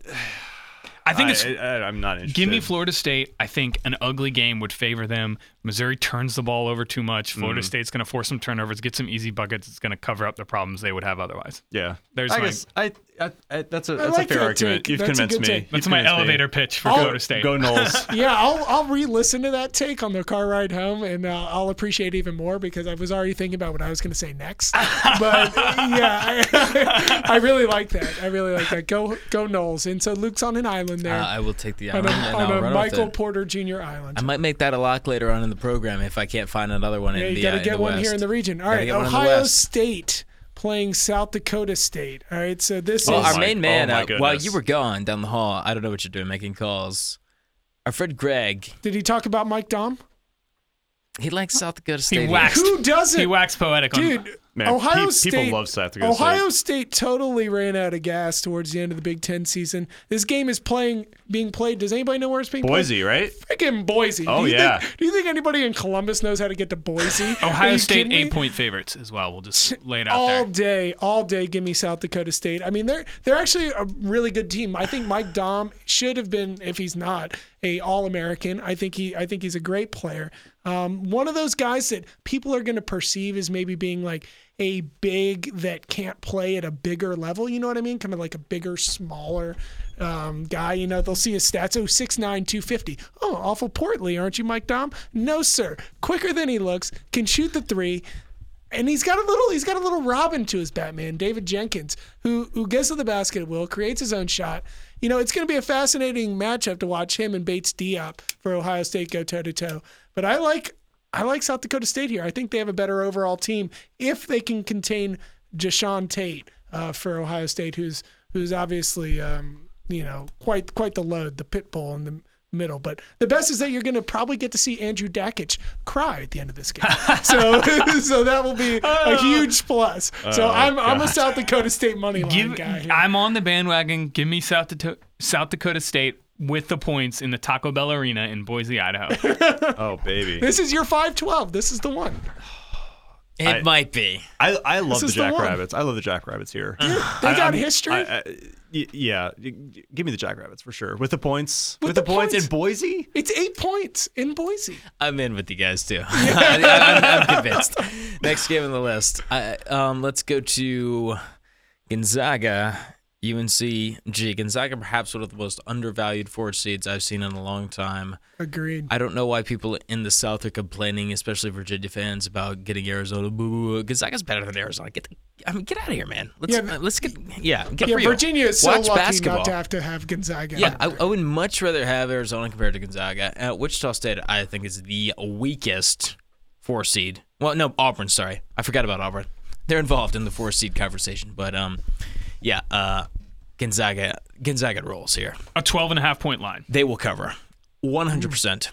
S1: I think
S5: I,
S1: it's.
S5: I, I, am not interested.
S1: Give me Florida State. I think an ugly game would favor them. Missouri turns the ball over too much.
S5: Mm.
S1: Florida State's going to force some turnovers, get some easy buckets. It's going to cover up the problems they would have otherwise.
S5: Yeah,
S1: There's
S5: I
S1: my-
S5: guess I, I, I that's a that's
S2: like
S5: a fair
S2: that
S5: argument.
S2: take.
S5: You've
S2: That's a
S5: convinced
S2: good
S5: me.
S2: take.
S5: You've
S1: That's my
S5: convinced me. Oh,
S1: elevator pitch for Florida State.
S5: Go Knowles.
S2: Yeah, I'll I'll re-listen to that take on the car ride home, and uh, I'll appreciate it even more because I was already thinking about what I was going to say next. But yeah, I, I really like that. I really like that. Go go Knowles, and so Luke's on an island
S3: Uh,
S2: there
S3: I will take the
S2: on
S3: island
S2: a,
S3: and
S2: on
S3: I'll
S2: a
S3: run with
S2: Michael
S3: it.
S2: Porter Jr. island.
S3: I might make that a lock later on in the program if I can't find another one
S2: yeah,
S3: in
S2: you
S3: the
S2: got to
S3: uh,
S2: get
S3: in the
S2: one
S3: West.
S2: here in the region. All
S3: Gotta
S2: right,
S3: get one in the
S2: Ohio
S3: West.
S2: State playing South Dakota State. All right, so this
S3: Well,
S2: is
S3: our
S5: my-
S3: main man,
S5: oh my
S3: uh, while
S5: goodness.
S3: you were gone down the hall, I don't know what you're doing, making calls. Our friend Greg,
S2: did he talk about Mike Dom?
S3: he likes South Dakota
S1: He
S3: State.
S1: waxed.
S2: Who doesn't?
S1: He waxed poetic on
S2: Dude,
S5: Man,
S2: Ohio
S5: pe- people
S2: State.
S5: love South Dakota
S2: Ohio State totally ran out of gas towards the end of the Big Ten season. This game is playing, being played. Does anybody know where it's being
S5: Boise, right?
S2: played? Freaking Boise.
S5: Oh,
S2: do you
S5: yeah.
S2: Think, do you think anybody in Columbus knows how to get to Boise? Are
S1: Ohio
S2: you
S1: State
S2: kidding me? Oh
S1: eight point favorites as well. We'll just lay it out
S2: All
S1: there.
S2: day, all day, give me South Dakota State. I mean, they're they're actually a really good team. I think Mike Dom should have been, if he's not, a All American. I think he I think he's a great player. Um, one of those guys that people are going to perceive as maybe being like, a big that can't play at a bigger level. You know what I mean? Kind of like a bigger, smaller um, guy. You know, they'll see his stats. Oh, 6'9, 250. Oh, awful portly, aren't you, Mike Dom? No, sir. Quicker than he looks, can shoot the three. And he's got a little he's got a little Robin to his Batman, David Jenkins, who who gets to the basket at will, creates his own shot. You know, it's gonna be a fascinating matchup to watch him and Bates Diop for Ohio State go toe to toe. But I like I like South Dakota State here. I think they have a better overall team if they can contain Jashawn Tate uh, for Ohio State, who's who's obviously um, you know quite quite the load, the pit bull in the middle. But the best is that you're going to probably get to see Andrew Dakich cry at the end of this game. so so that will be a huge plus. So I'm I'm a South Dakota State money line
S1: Give,
S2: guy. here.
S1: I'm on the bandwagon. Give me South Dakota, South Dakota State with the points in the Taco Bell Arena in Boise, Idaho.
S5: Oh baby,
S2: this is your 512. This is the one.
S3: It
S5: I-
S3: might be.
S5: I, I love the
S2: is the one.
S5: Jackrabbits. I love the Jackrabbits here.
S2: They got
S5: I'm-
S2: history.
S5: I- I- y- yeah, y- y- give me the Jackrabbits for sure. With the points, with,
S2: the
S5: the, points.
S2: points.
S5: in Boise.
S2: it's eight points in Boise.
S3: I'm in with you guys too. I, am I'm convinced. Next game on the list. I, um, let's go to Gonzaga, UNCG. Gonzaga, perhaps one of the most undervalued forward seeds I've seen in a long time.
S2: Agreed.
S3: I don't know why people in the South are complaining, especially Virginia fans, about getting Arizona. Boo, boo, boo. Gonzaga's better than Arizona. Get, the, I mean, get out of here, man. Let's
S2: Yeah, but-
S3: let's get yeah. Get
S2: Yeah,
S3: real.
S2: Virginia is so
S3: Watch
S2: lucky
S3: basketball.
S2: not to have to have Gonzaga.
S3: Yeah, I, I would much rather have Arizona compared to Gonzaga. Uh, Wichita State, I think, is the weakest four seed. Well, no, Auburn. Sorry, I forgot about Auburn. They're involved in the four seed conversation, but um, yeah, uh, Gonzaga, Gonzaga rolls here.
S1: a 12 and a half point line.
S3: They will cover, one hundred percent.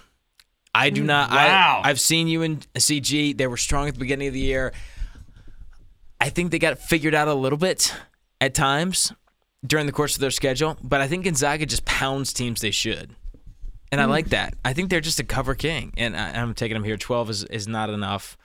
S3: I do not.
S1: Wow.
S3: I, I've seen you in CG. They were strong at the beginning of the year. I think they got it figured out a little bit at times during the course of their schedule, but I think Gonzaga just pounds teams they should. And I like that. I think they're just a cover king, and I, I'm taking them here. 12 is, is not enough.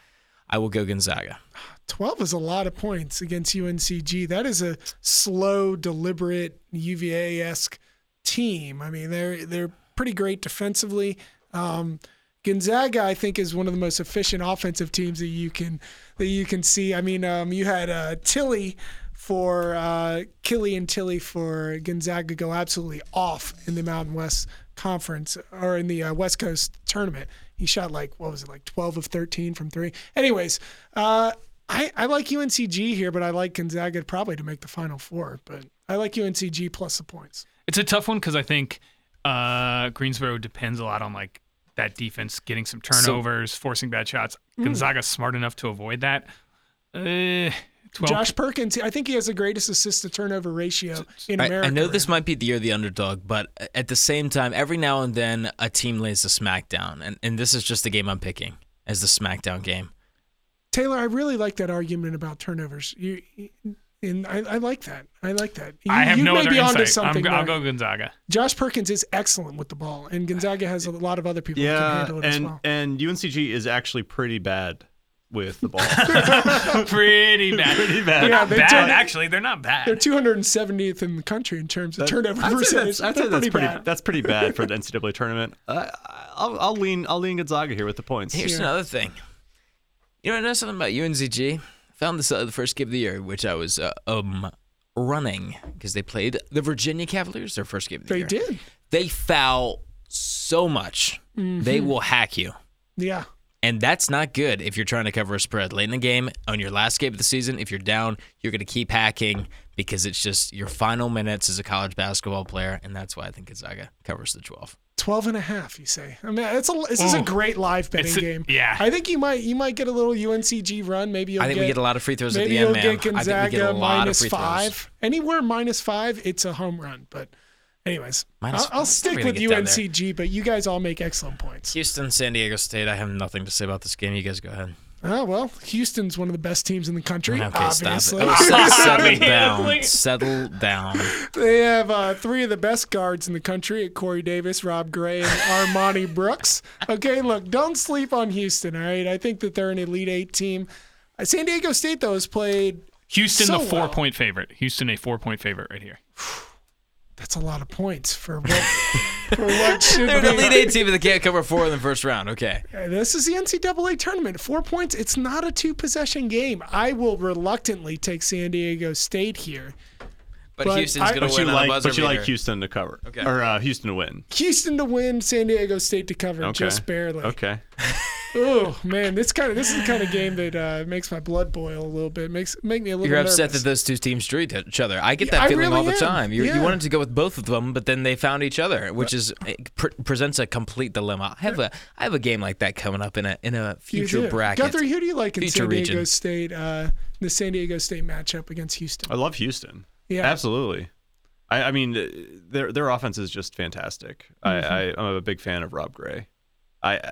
S3: I will go Gonzaga.
S2: 12 is a lot of points against UNCG. That is a slow, deliberate UVA esque team. I mean, they're they're pretty great defensively. Um, Gonzaga, I think, is one of the most efficient offensive teams that you can that you can see. I mean, um, you had uh, Tilly for uh, Killy and Tilly for Gonzaga go absolutely off in the Mountain West Conference or in the uh, West Coast tournament. He shot like what was it like 12 of 13 from three. Anyways, uh, I I like UNCG here, but I like Gonzaga probably to make the Final Four. But I like UNCG plus the points.
S1: It's a tough one because I think uh, Greensboro depends a lot on like that defense getting some turnovers, forcing bad shots.
S2: Mm.
S1: Gonzaga's smart enough to avoid that. Uh, 12.
S2: Josh Perkins, I think he has the greatest assist to turnover ratio in
S3: I,
S2: America.
S3: I know this
S2: right
S3: might be the year of the underdog, but at the same time, every now and then a team lays a smackdown, and, and this is just the game I'm picking as the smackdown game.
S2: Taylor, I really like that argument about turnovers. You, and I, I like that. I like that. You,
S1: I have
S2: you
S1: no
S2: may
S1: other
S2: be onto
S1: insight. I'm,
S2: something.
S1: go- I'll
S2: there.
S1: go Gonzaga.
S2: Josh Perkins is excellent with the ball, and Gonzaga has a lot of other people that can
S5: Yeah,
S2: handle it as
S5: and
S2: well.
S5: and UNCG is actually pretty bad with the ball.
S1: Pretty bad. Pretty
S5: bad.
S2: Yeah, they
S1: bad.
S2: don't-
S1: Actually, they're not bad.
S2: They're 270th in the country in terms of turnover
S5: I'd say
S2: percentage.
S5: that's, I'd
S2: They're
S5: say that's pretty.
S2: bad.
S5: That's pretty bad for the NCAA tournament. I, I'll, I'll lean. I'll lean Gonzaga here with the points.
S3: Here's another thing. You know, I know something about UNZG. Found this out the first game of the year, which I was uh, um running because they played the Virginia Cavaliers their first game of the
S2: They
S3: year.
S2: did.
S3: They foul so much, they
S2: Mm-hmm.
S3: will hack you.
S2: Yeah.
S3: And that's not good if you're trying to cover a spread late in the game. On your last game of the season, if you're down, you're going to keep hacking because it's just your final minutes as a college basketball player. And that's why I think Gonzaga covers the 12.
S2: 12 and a half, you say. I mean, it's a, this is a
S1: Ooh.
S2: great live betting
S1: It's a-
S2: game.
S1: yeah.
S2: I think you might you might get a little UNCG run. Maybe you'll
S3: I think
S2: get,
S3: we get a lot of free throws at
S2: Maybe
S3: the end,
S2: you'll
S3: man.
S2: get
S3: I
S2: Gonzaga
S3: think we get a lot of
S2: minus
S3: free
S2: five.
S3: throws.
S2: Anywhere minus five, it's a home run. But, anyways, I'll,
S3: Minus
S2: I'll
S3: five, we're
S2: stick
S3: gonna
S2: with
S3: get down there.
S2: UNCG. But you guys all make excellent points.
S3: Houston, San Diego State. I have nothing to say about this game. You guys go ahead.
S2: Oh well, Houston's one of the best teams in the country.
S3: Okay,
S2: obviously,
S3: stop it. Oh, settle
S1: Obviously.
S3: down. Settle down.
S2: they have uh, three of the best guards in the country: at Corey Davis, Rob Gray, and Armani Brooks. Okay, look, don't sleep on Houston. All right, I think that they're an elite eight team. Uh, San Diego State though has played
S1: Houston,
S2: So
S1: the four
S2: well.
S1: point favorite. Houston, a four point favorite right here.
S2: That's a lot of points for what, for what should
S3: They're an
S2: be.
S3: elite eight team and they can't cover four in the first round. Okay.
S2: Uh, This is the NCAA tournament. Four points. It's not a two possession game. I will reluctantly take San Diego State here.
S3: But,
S2: But
S3: Houston's
S2: I- But
S3: gonna
S5: But you
S3: win on a
S5: like,
S3: buzzer
S5: but you like
S3: beater.
S5: Houston to cover,
S3: Okay.
S5: or uh, Houston to win.
S2: Houston to win, San Diego State to cover,
S5: Okay.
S2: just barely.
S5: Okay.
S2: Oh man, this kind of this is the kind of game that uh, makes my blood boil a little bit. Makes make me a little.
S3: You're upset that
S2: nervous.
S3: those two teams drew each other. I get
S2: Yeah,
S3: that
S2: I
S3: feeling
S2: really
S3: all the
S2: am.
S3: time. You're, You
S2: Yeah.
S3: wanted to go with both of them, but then they found each other, which is it pre- presents a complete dilemma. I have a I have a game like that coming up in a in a
S2: You
S3: future
S2: do.
S3: bracket.
S2: Guthrie, who do you like in
S3: Future
S2: San Diego
S3: region.
S2: State? Uh, the San Diego State matchup against Houston.
S5: I love Houston.
S2: Yeah.
S5: Absolutely. I, I mean, uh, their their offense is just fantastic.
S2: Mm-hmm.
S5: I, I I'm a big fan of Rob Gray. I I-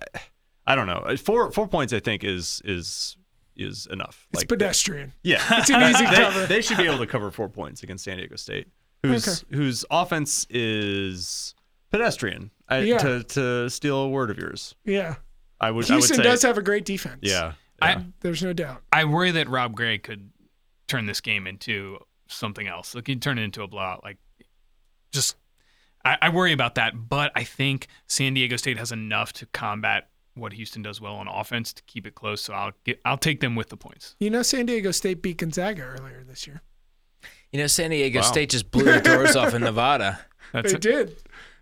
S5: I don't know. Four four points I think is is is enough.
S2: It's pedestrian.
S5: Yeah,
S2: It's an easy
S5: they,
S2: cover.
S5: They should be able to cover four points against San Diego State, whose whose offense is pedestrian. I,
S2: Yeah.
S5: To to steal a word of yours,
S2: Yeah,
S5: I would.
S2: Houston
S5: I would say,
S2: does have a great defense.
S5: Yeah. yeah.
S1: I,
S2: there's no doubt.
S1: I worry that Rob Gray could turn this game into something else. Like he'd turn it into a blowout. Like just I, I worry about that. But I think San Diego State has enough to combat what Houston does well on offense to keep it close. So I'll get I'll take them with the points.
S2: You know, San Diego State beat Gonzaga earlier this year.
S3: you know, San Diego State just blew the doors off in Nevada.
S1: That's
S2: They
S1: it.
S2: did.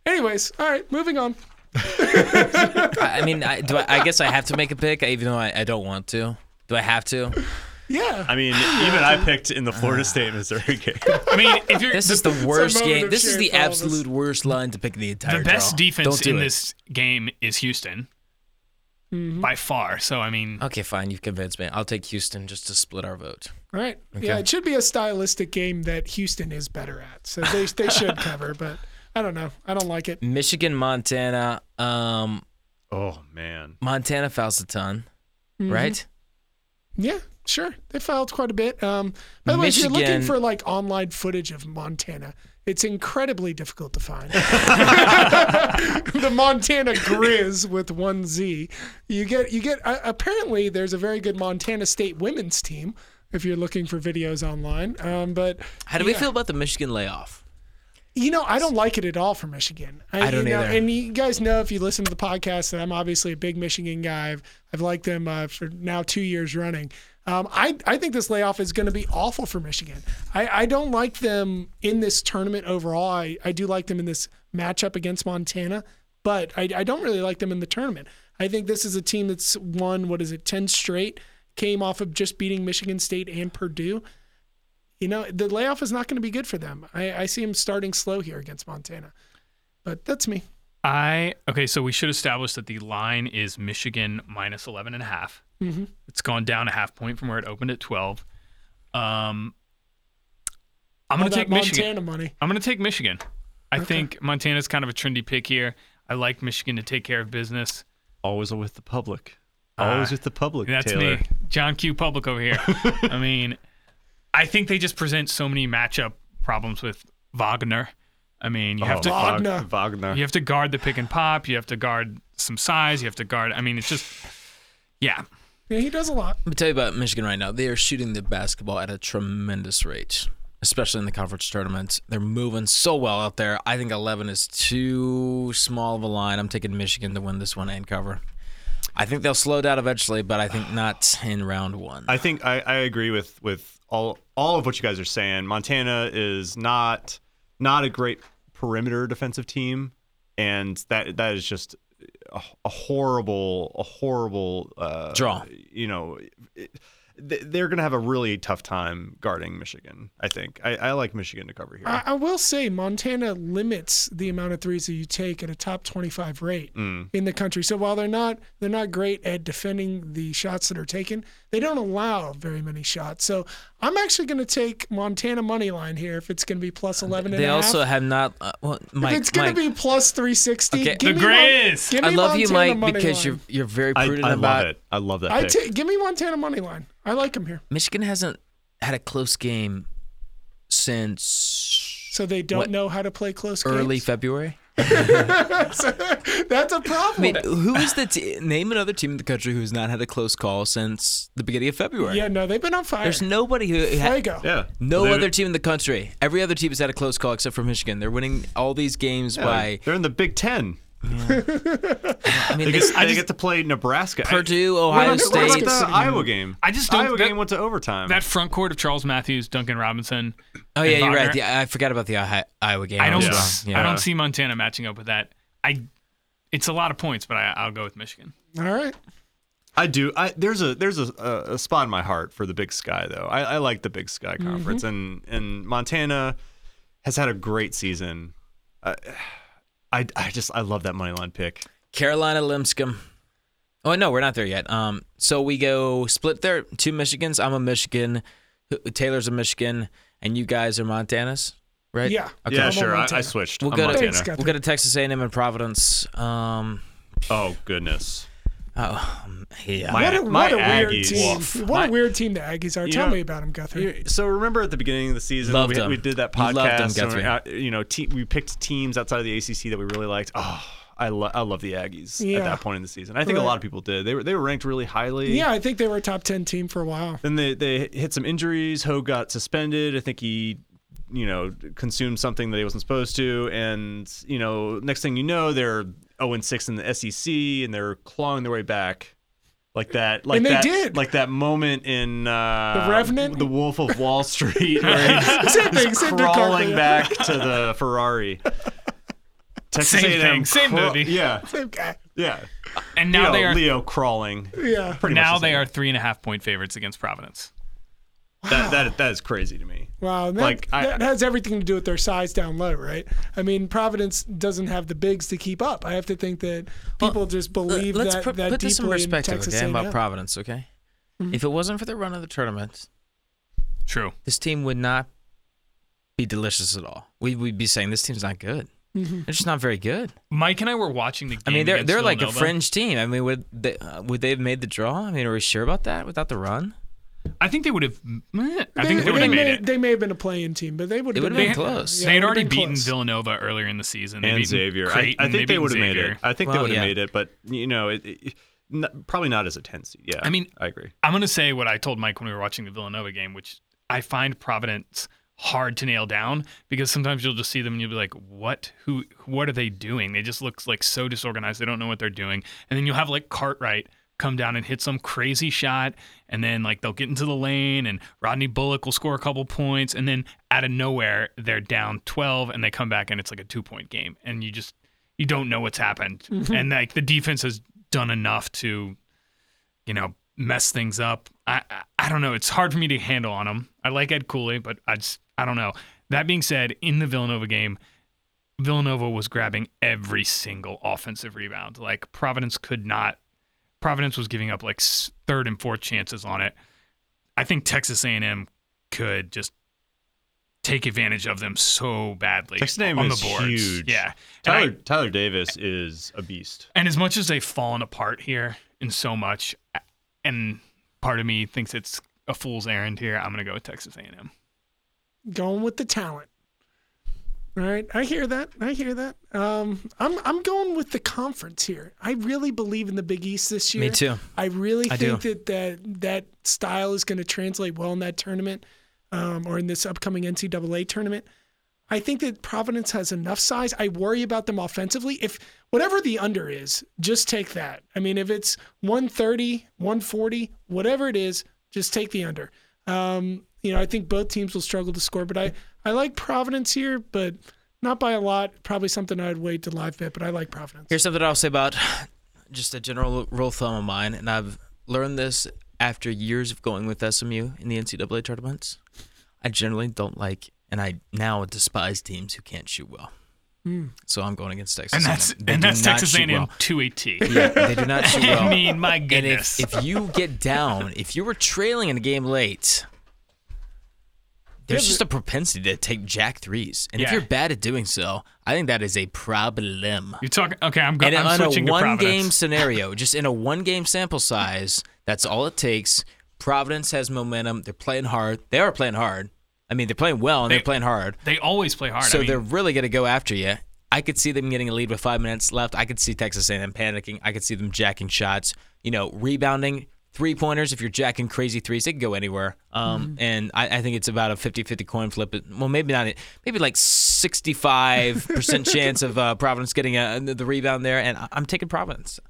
S2: Anyways, all right, moving on.
S3: I, I mean, I, do I, I guess I have to make a pick, even though I, I don't want to. Do I have to?
S2: Yeah,
S5: I mean, even I picked in the Florida State Missouri game.
S1: I mean, if you're
S3: This
S1: the,
S3: is the worst
S2: moment
S3: game.
S2: of
S3: This is
S2: shame
S3: the
S2: for all of us.
S3: absolute worst line to pick in the entire.
S1: the best
S3: draw.
S1: defense
S3: Don't do
S1: in
S3: it. Mm-hmm.
S1: this game is Houston. By far. So I mean
S3: Okay, fine. You've convinced me. I'll take Houston just to split our vote.
S2: all right. Yeah, it should be a stylistic game that Houston is better at, so they they should cover. But I don't know. I don't like it.
S3: Michigan, Montana. Um,
S5: oh man.
S3: Montana fouls a ton, right?
S2: Yeah, sure. They filed quite a bit. Um, by the way, if you're
S3: Michigan-
S2: looking for like online footage of Montana, it's incredibly difficult to find. the Montana Grizz with one Z. You get you get. Uh, apparently, there's a very good Montana State women's team. If you're looking for videos online, um, but
S3: How do we feel about the Michigan layoff?
S2: you know, I don't like it at all for Michigan. I,
S3: I don't
S2: you know,
S3: either.
S2: And you guys know if you listen to the podcast that I'm obviously a big Michigan guy. I've, I've liked them uh, for now two years running. Um, I, I think this layoff is going to be awful for Michigan. I, I don't like them in this tournament overall. I, I do like them in this matchup against Montana, but I, I don't really like them in the tournament. I think this is a team that's won, what is it, 10 straight, came off of just beating Michigan State and Purdue you know, the layoff is not going to be good for them. I, I see them starting slow here against Montana. But that's me.
S1: I okay, so we should establish that the line is Michigan minus 11 and a half. It's gone down a half point from where it opened at 12. Um, I'm
S2: All
S1: going to
S2: that
S1: take
S2: Montana
S1: Michigan.
S2: money.
S1: I'm going to take Michigan. I think Montana's kind of a trendy pick here. I like Michigan to take care of business.
S5: Always with the public. Always
S1: Ah,
S5: with the public.
S1: That's
S5: Taylor.
S1: me, John Q. Public over here. I mean, I think they just present so many matchup problems with Wagner. I mean, you have
S5: Oh,
S1: to
S5: Wag-
S2: Wagner.
S5: Wagner.
S1: You have to guard the pick and pop. You have to guard some size. You have to guard. I mean, it's just, yeah.
S2: Yeah, he does a lot.
S3: Let me tell you about Michigan right now. They are shooting the basketball at a tremendous rate, especially in the conference tournament. They're moving so well out there. I think 11 is too small of a line. I'm taking Michigan to win this one and cover. I think they'll slow down eventually, but I think not in round one.
S5: I think I, I agree with with all all of what you guys are saying. Montana is not not a great perimeter defensive team, and that that is just a, a horrible a horrible uh,
S3: Draw.
S5: You know, it- they- they're going to have a really tough time guarding Michigan. I think I, I like Michigan to cover here.
S2: I, I will say Montana limits the amount of threes that you take at a top 25 rate
S3: Mm.
S2: in the country. So while they're not they're not great at defending the shots that are taken, they don't allow very many shots. So I'm actually going to take Montana money line here if it's going to be plus 11 and
S3: they
S2: a half.
S3: also have not. Uh, well, Mike,
S2: if it's going
S3: Mike,
S2: to be plus 360.
S3: Okay.
S2: give
S1: The
S2: me Mon-
S1: Grizz.
S2: give
S3: I
S2: me
S3: love you,
S2: Montana
S3: Mike,
S2: money
S3: because
S2: line.
S3: you're you're very
S5: I,
S3: prudent
S5: I
S3: about
S5: love it. I love that.
S2: I
S5: pick.
S2: ta- give me Montana money line. I like him here.
S3: Michigan hasn't had a close game since
S2: So they don't
S3: What-
S2: know how to play close
S3: early
S2: games.
S3: February.
S2: So, that's a problem.
S3: I mean, who is the t- name another team in the country who's not had a close call since the beginning of February?
S2: yeah, no, they've been on fire.
S3: There's nobody who
S2: there
S3: ha-
S2: you go.
S5: Yeah.
S3: no
S5: They're-
S3: other team in the country. Every other team has had a close call except for Michigan. They're winning all these games
S5: yeah,
S3: by.
S5: They're in the Big Ten.
S3: I mean,
S5: They
S3: they,
S5: get, they
S3: they-
S5: get to play Nebraska. I-
S3: Purdue, Ohio
S2: about- what
S5: What
S3: State.
S5: about
S2: State.
S5: the Iowa game?
S1: I just don't-
S5: Iowa
S1: that-
S5: game went to overtime.
S1: That front court of Charles Matthews, Duncan Robinson.
S3: oh yeah,
S1: and
S3: you're right.
S1: Wagner.
S3: The, I forgot about the Ohi- Iowa game.
S1: I don't.
S3: was wrong.
S1: s-
S3: Yeah.
S1: I don't see Montana matching up with that. I. It's a lot of points, but I, I'll go with Michigan.
S2: All right.
S5: I do. I, there's a there's a, a, a spot in my heart for the Big Sky though. I, I like the Big Sky conference, and and Montana has had a great season. I, I I just I love that money line pick.
S3: Carolina Limscomb. Oh no, we're not there yet. Um, so we go split there. Two Michigans. I'm a Michigan. H- Taylor's a Michigan, and you guys are Montanas, right?
S2: Yeah.
S3: Okay.
S5: Yeah,
S2: I'm on
S5: sure. I, I
S2: Montana.
S5: switched.
S3: We'll
S5: I'm
S3: go to
S5: Montana.
S2: Thanks, guys.
S3: we'll go to Texas A&M and Providence. Um,
S5: oh goodness.
S3: oh, um, yeah.
S5: My-
S2: What a, what a weird
S5: Aggies.
S2: team.
S5: Woof.
S2: What
S3: My-
S2: a weird team the Aggies are.
S5: You
S2: Tell
S5: know-
S2: me about them, Guthrie.
S5: You- So remember at the beginning of the season,
S3: Loved
S5: we,
S3: them.
S5: we did that
S3: You
S5: podcast.
S3: loved them,
S5: and we,
S3: Guthrie.
S5: uh, you know, te- we picked teams outside of the ACC that we really liked. Oh, I, lo- I love the Aggies
S2: Yeah.
S5: at that point in the season. I think a
S2: Right.
S5: lot of people did. They were they were ranked really highly.
S2: Yeah, I think they were a top 10 team for a while.
S5: Then they they hit some injuries. Ho got suspended. I think he, you know, consumed something that he wasn't supposed to. And you know, next thing you know, they're zero and six in the SEC, and they're clawing their way back. Like that, like
S2: And they
S5: that,
S2: did.
S5: like that moment in uh,
S2: The Revenant?
S5: the Wolf of Wall Street, where he's
S2: Same thing. Same thing,
S5: crawling
S2: Cartwright.
S5: back to the Ferrari. Texas
S1: Same
S5: A&M
S1: thing, same movie.
S5: Yeah,
S2: Same guy.
S5: yeah.
S1: And now
S5: Leo,
S1: they are.
S5: Leo crawling.
S2: Yeah.
S5: Pretty much
S1: now
S5: the
S1: they
S5: same.
S1: are three and a half point favorites against Providence.
S5: That, that that is crazy to me.
S2: Wow, and that,
S5: Like, I-
S2: that has everything to do with their size down low, right? I mean, Providence doesn't have the bigs to keep up. I have to think that people just believe
S3: Let's
S2: that.
S3: put,
S2: that
S3: put this in
S2: deeply
S3: perspective,
S2: Texas
S3: okay, about
S2: A&M.
S3: Providence, okay?
S2: Mm-hmm.
S3: If it wasn't for the run of the tournament,
S1: True.
S3: this team would not be delicious at all. We would be saying this team's not good.
S2: Mm-hmm.
S3: They're just not very good.
S1: Mike and I were watching the game.
S3: I mean, they're
S1: against
S3: they're like a
S1: Villanova.
S3: fringe team. I mean, would they, uh, would they have made the draw? I mean, are we sure about that without the run?
S1: I think they would have. meh, I
S2: They,
S1: think they would have
S2: may,
S1: made it.
S2: they may have been a play-in team, but they would
S3: It
S2: have
S3: would
S2: been,
S3: have been
S1: They-
S3: close.
S2: yeah.
S1: they
S2: it
S1: had
S2: would've
S1: already
S2: been
S1: beaten
S2: close.
S1: Villanova earlier in the season. They'd
S5: and
S1: beaten
S5: Xavier. I,
S1: Creighton,
S5: I think they
S1: beaten
S5: would have made it.
S1: Xavier.
S5: I think
S3: Well,
S5: they would have
S3: yeah.
S5: made it, but you know, it, it, n- probably not as a ten seed. Yeah,
S1: I mean-
S5: I agree.
S1: I'm going to say what I told Mike when we were watching the Villanova game, which I find Providence hard to nail down because sometimes you'll just see them and you'll be like, "What? Who? What are they doing? They just look like so disorganized. They don't know what they're doing." And then you'll have like Cartwright come down and hit some crazy shot, and then like they'll get into the lane, and Rodney Bullock will score a couple points, and then out of nowhere they're down 12, and they come back and it's like a two point game, and you just you don't know what's happened, and like the defense has done enough to you know, mess things up. I, I I don't know. It's hard for me to handle on them. I like Ed Cooley, but I just I don't know. That being said, in the Villanova game, Villanova was grabbing every single offensive rebound. Like Providence could not. Providence was giving up like s- third and fourth chances on it. I think Texas A&M could just take advantage of them so badly
S5: Texas A&M
S1: on
S5: is
S1: the boards.
S5: huge.
S1: Yeah, And I-
S5: Tyler Tyler Davis is a beast.
S1: and as much as they've fallen apart here in so much, and part of me thinks it's a fool's errand here, I'm gonna go with Texas A&M.
S2: Going with the talent. All right, I hear that. I hear that. Um, I'm I'm going with the conference here. I really believe in the Big East this year.
S3: Me too.
S2: I really
S3: I
S2: think that, that that style is going to translate well in that tournament um, or in this upcoming NCAA tournament. I think that Providence has enough size. I worry about them offensively. If whatever the under is, just take that. I mean, if it's 130, 140, whatever it is, just take the under. Um, you know, I think both teams will struggle to score, but I, I like Providence here, but not by a lot. Probably something I'd wait to live bet, but I like Providence.
S3: Here's something I'll say about just a general rule of thumb of mine, and I've learned this after years of going with SMU in the NCAA tournaments. I generally don't like, and I now despise teams who can't shoot well. So I'm going against Texas.
S1: And that's
S3: A&M. They
S1: and
S3: do
S1: that's
S3: not
S1: Texas
S3: shoot
S1: A&M
S3: well.
S1: to a T.
S3: Yeah, they do not shoot well.
S1: I mean, my
S3: And if,
S1: goodness.
S3: if you get down, if you were trailing in a game late, there's just a propensity to take jack threes. And if
S1: Yeah.
S3: you're bad at doing so, I think that is a problem.
S1: You're talking. Okay, I'm, go,
S3: And
S1: I'm
S3: on a
S1: switching to
S3: one
S1: Providence.
S3: game scenario, just in a one game sample size, that's all it takes. Providence has momentum. They're playing hard. They are playing hard. I mean, they're playing well and they, are
S1: They-
S3: playing hard.
S1: They always play hard.
S3: So
S1: I mean,
S3: they're really going to go after you. I could see them getting a lead with five minutes left. I could see Texas A&M panicking. I could see them jacking shots. You know, rebounding three pointers. If you're jacking crazy threes, they can go anywhere.
S1: Mm-hmm.
S3: Um, And I, I think it's about a 50-50 coin flip. It- Well, maybe not. Maybe like 65% chance of uh, Providence getting a, the rebound there. And I, I'm taking Providence.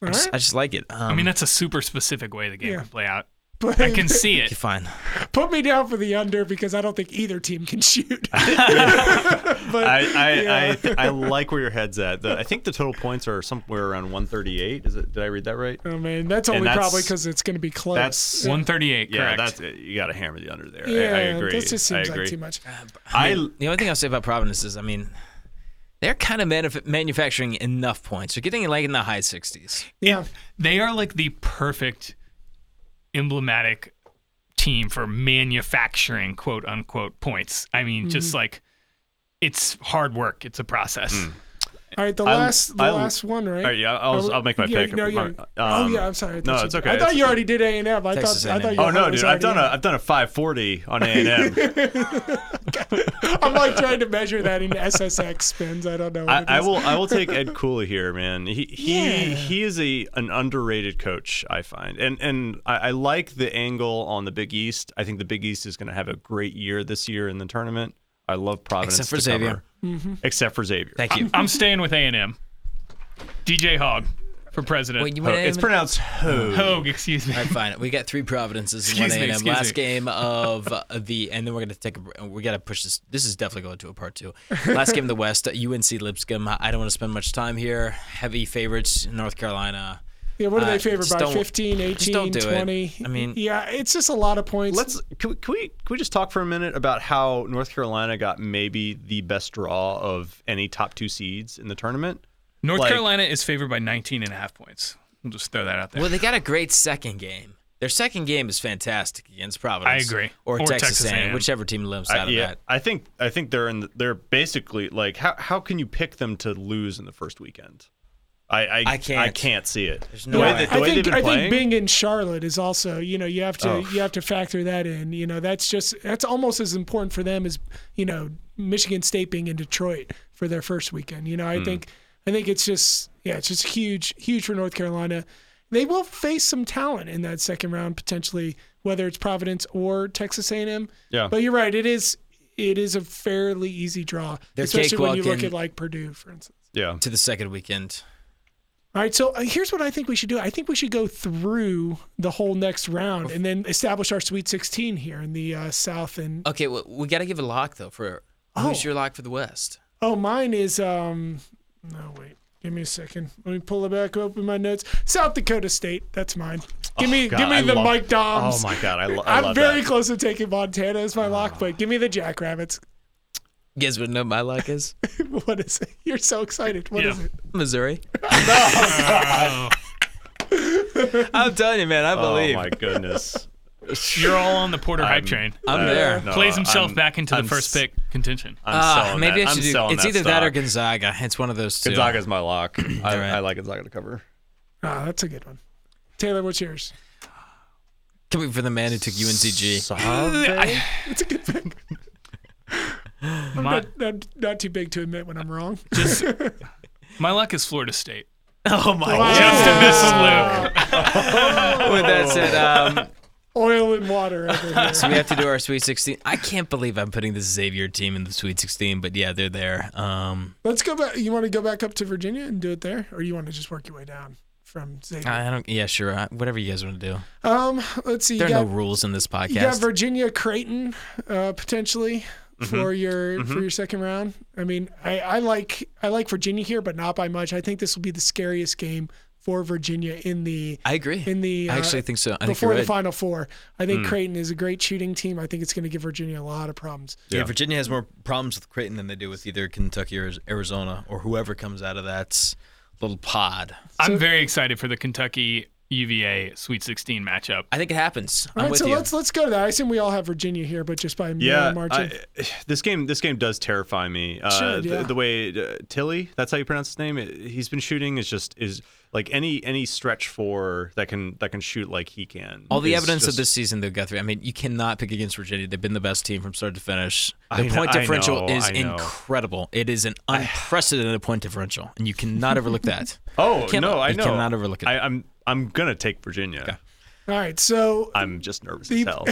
S3: I just,
S2: right.
S3: I just like it. Um,
S1: I mean, that's a super specific way the game
S2: Yeah.
S1: can play out.
S2: But
S1: I can see it.
S3: fine.
S2: put me down for the under because I don't think either team can shoot. but
S5: I I, I I like where your head's at. The, I think the total points are somewhere around 138. Is it? Did I read that right?
S2: I mean, that's only
S5: that's-
S2: probably because it's going to be close.
S5: That's
S1: 138,
S5: yeah.
S1: correct.
S5: That's uh, you got to hammer the under there. I-
S2: yeah,
S5: I, agree.
S2: that just seems
S5: I agree.
S2: like too much.
S5: I
S3: The only thing I'll say about Providence is, I mean, they're kind of manuf- manufacturing enough points. They're getting like in the high 60s.
S2: Yeah,
S1: they are like the perfect emblematic team for manufacturing quote unquote points. I mean,
S5: Mm-hmm.
S1: just like it's hard work. It's a process.
S5: Mm.
S2: all right. The
S5: I'm-
S2: last, the
S5: I'm-
S2: last one, right?
S5: All right, yeah, I'll-
S2: Are we-
S5: I'll make my
S2: yeah,
S5: pick.
S2: No, yeah.
S5: My-
S2: oh
S5: um,
S2: yeah, I'm sorry. I thought
S5: no,
S2: you-
S5: it's okay,
S2: I
S5: it's
S2: thought you
S5: okay.
S2: already did A and M. I
S3: Texas
S2: thought, I
S3: A&M.
S2: thought you.
S5: oh no, dude, I've done a I've done a 540 on A and M.
S2: I'm like trying to measure that in SSX spins. I don't know. What
S5: I,
S2: it
S5: I
S2: is.
S5: will I will take Ed Cooley here, man. He he
S2: Yeah.
S5: he is a an underrated coach, I find, and and I, I like the angle on the Big East. I think the Big East is going to have a great year this year in the tournament. I love Providence
S3: Except for
S5: to
S3: Xavier.
S5: cover.
S2: Mm-hmm.
S5: Except for Xavier.
S3: Thank you.
S1: I'm staying with A&M. DJ Hogg for president.
S3: Wait, you
S5: Ho-
S3: went
S5: it's pronounced Ho.
S1: Hogue, excuse me.
S3: All right, fine. We got three Providences in
S1: Excuse
S3: one
S1: me,
S3: A&M.
S1: excuse
S3: Last
S1: me.
S3: game of uh, the, and then we're gonna take a. br- We gotta push this. This is definitely going to a part two. Last game of the West, uh, UNC Lipscomb. I don't want to spend much time here. Heavy favorites, North Carolina.
S2: Yeah, what are
S3: uh,
S2: they favored
S3: just
S2: by?
S3: don't-
S2: 15, 18,
S3: just don't do it.
S2: 20?
S3: I mean-
S2: yeah, it's just a lot of points.
S5: Let's can we, can we can we just talk for a minute about how North Carolina got maybe the best draw of any top two seeds in the tournament.
S1: North
S5: Like-
S1: Carolina is favored by 19 and a half points. We'll just throw that out there.
S3: Well, they got a great second game. Their second game is fantastic against Providence.
S1: agree.
S3: Or,
S1: Or
S3: Texas,
S1: Texas
S3: A&M,
S1: A&M.
S3: whichever team limps
S5: I-
S3: out of
S5: yeah,
S3: that.
S5: I think I think they're in. The, they're basically like how how can you pick them to lose in the first weekend? I I,
S3: I can't.
S5: I can't see it.
S3: no
S5: the way,
S3: way.
S5: that- the
S2: I
S5: way
S2: think
S5: they've
S2: I
S5: been playing.
S2: think being in Charlotte is also you know you have to
S5: Oh.
S2: you have to factor that in. You know that's just that's almost as important for them as you know Michigan State being in Detroit for their first weekend. You know
S5: Hmm.
S2: I think I think it's just yeah it's just huge huge for North Carolina. They will face some talent in that second round potentially, whether it's Providence or Texas A&M.
S5: Yeah.
S2: But you're right, it is it is a fairly easy draw,
S3: They're
S2: especially when you look
S3: cakewalking.
S2: at like Purdue, for instance.
S5: yeah.
S3: to the second weekend.
S2: All right, so uh, here's what I think we should do. I think we should go through the whole next round and then establish our Sweet 16 here in the uh, South. And
S3: Okay, well, we got to give a lock though for who's
S2: Oh.
S3: your lock for the West?
S2: oh, mine is um. No, wait. Give me a second. Let me pull it back up in my notes. South Dakota State. That's mine. Give me,
S5: Oh, God,
S2: give me
S5: I
S2: the
S5: love-
S2: Mike Doms.
S5: Oh my god, I, lo- I
S2: I'm
S5: love
S2: very
S5: that. Ah.
S2: close to taking Montana as my lock, but give me the Jackrabbits.
S3: Guess what? No, my lock is
S2: what is it? You're so excited. What is
S1: Yeah.
S2: it?
S3: Missouri. I'm telling you, man, I
S5: Oh
S3: believe.
S5: my goodness.
S1: You're all on the Porter hype
S5: I'm-
S1: train.
S3: I'm there.
S5: no,
S1: Plays himself
S5: I'm-
S1: back into
S5: I'm
S1: the first
S5: s-
S1: pick contention.
S5: I'm
S3: Ah,
S5: selling
S3: maybe
S5: that.
S3: I
S5: I'm
S3: should do.
S5: selling
S3: It's either that or
S5: stock.
S3: Gonzaga. It's one of those two.
S5: Gonzaga's my lock. I,
S3: right.
S5: I like Gonzaga to cover.
S2: Ah, that's a good one. Taylor, what's yours?
S3: Coming for the man who took UNCG.
S5: Save?
S2: It's a good pick. I'm
S1: My-
S2: not, not, not too big to admit when I'm wrong.
S1: Just my luck is Florida State.
S3: Oh my
S1: Just to miss
S3: Oh.
S1: Luke.
S3: god! With that said, um,
S2: Oil and water over here.
S3: so we have to do our Sweet 16. I can't believe I'm putting this Xavier team in the Sweet 16, but yeah, they're there. Um,
S2: Let's go back. You want to go back up to Virginia and do it there, or you want to just work your way down from Xavier?
S3: I don't. Yeah, sure. I- Whatever you guys want to do.
S2: Um, let's see. You
S3: There are
S2: got,
S3: no rules in this podcast.
S2: you got Virginia Creighton uh, potentially
S3: Mm-hmm.
S2: for your for your second round. I mean, I, I like I like Virginia here, but not by much. I think this will be the scariest game for Virginia in the
S3: I agree.
S2: in the
S3: I
S2: uh,
S3: actually think so. I think
S2: before
S3: you're
S2: the
S3: right. Hmm.
S2: Final Four. I think Creighton is a great shooting team. I think it's going to give Virginia a lot of problems.
S3: Yeah, Virginia has more problems with Creighton than they do with either Kentucky or Arizona or whoever comes out of that little pod.
S1: I'm very excited for the Kentucky UVA Sweet 16 matchup.
S3: I think it happens.
S2: All
S3: I'm
S2: right,
S3: with
S2: so
S3: you.
S2: let's let's go to that. I assume we all have Virginia here, but just by
S5: Yeah,
S2: margin.
S5: I- this game this game does terrify me. Uh,
S2: Sure,
S5: the-
S2: yeah.
S5: the, way uh, Tilly, that's how you pronounce his name. He's been shooting is just is like any any stretch for that can that can shoot like he can.
S3: All the
S5: is
S3: evidence of
S5: just-
S3: this season, though, Guthrie. I mean, you cannot pick against Virginia. They've been the best team from start to finish.
S5: I
S3: The
S5: kn-
S3: point
S5: I
S3: differential
S5: know,
S3: is
S5: I know.
S3: incredible. It is an unprecedented point differential, and you cannot overlook that.
S5: Oh
S3: You cannot-
S5: no, I
S3: you
S5: know.
S3: cannot overlook it.
S5: I, I'm I'm gonna take Virginia.
S2: All right, so
S5: I'm just nervous
S2: The-
S5: as hell.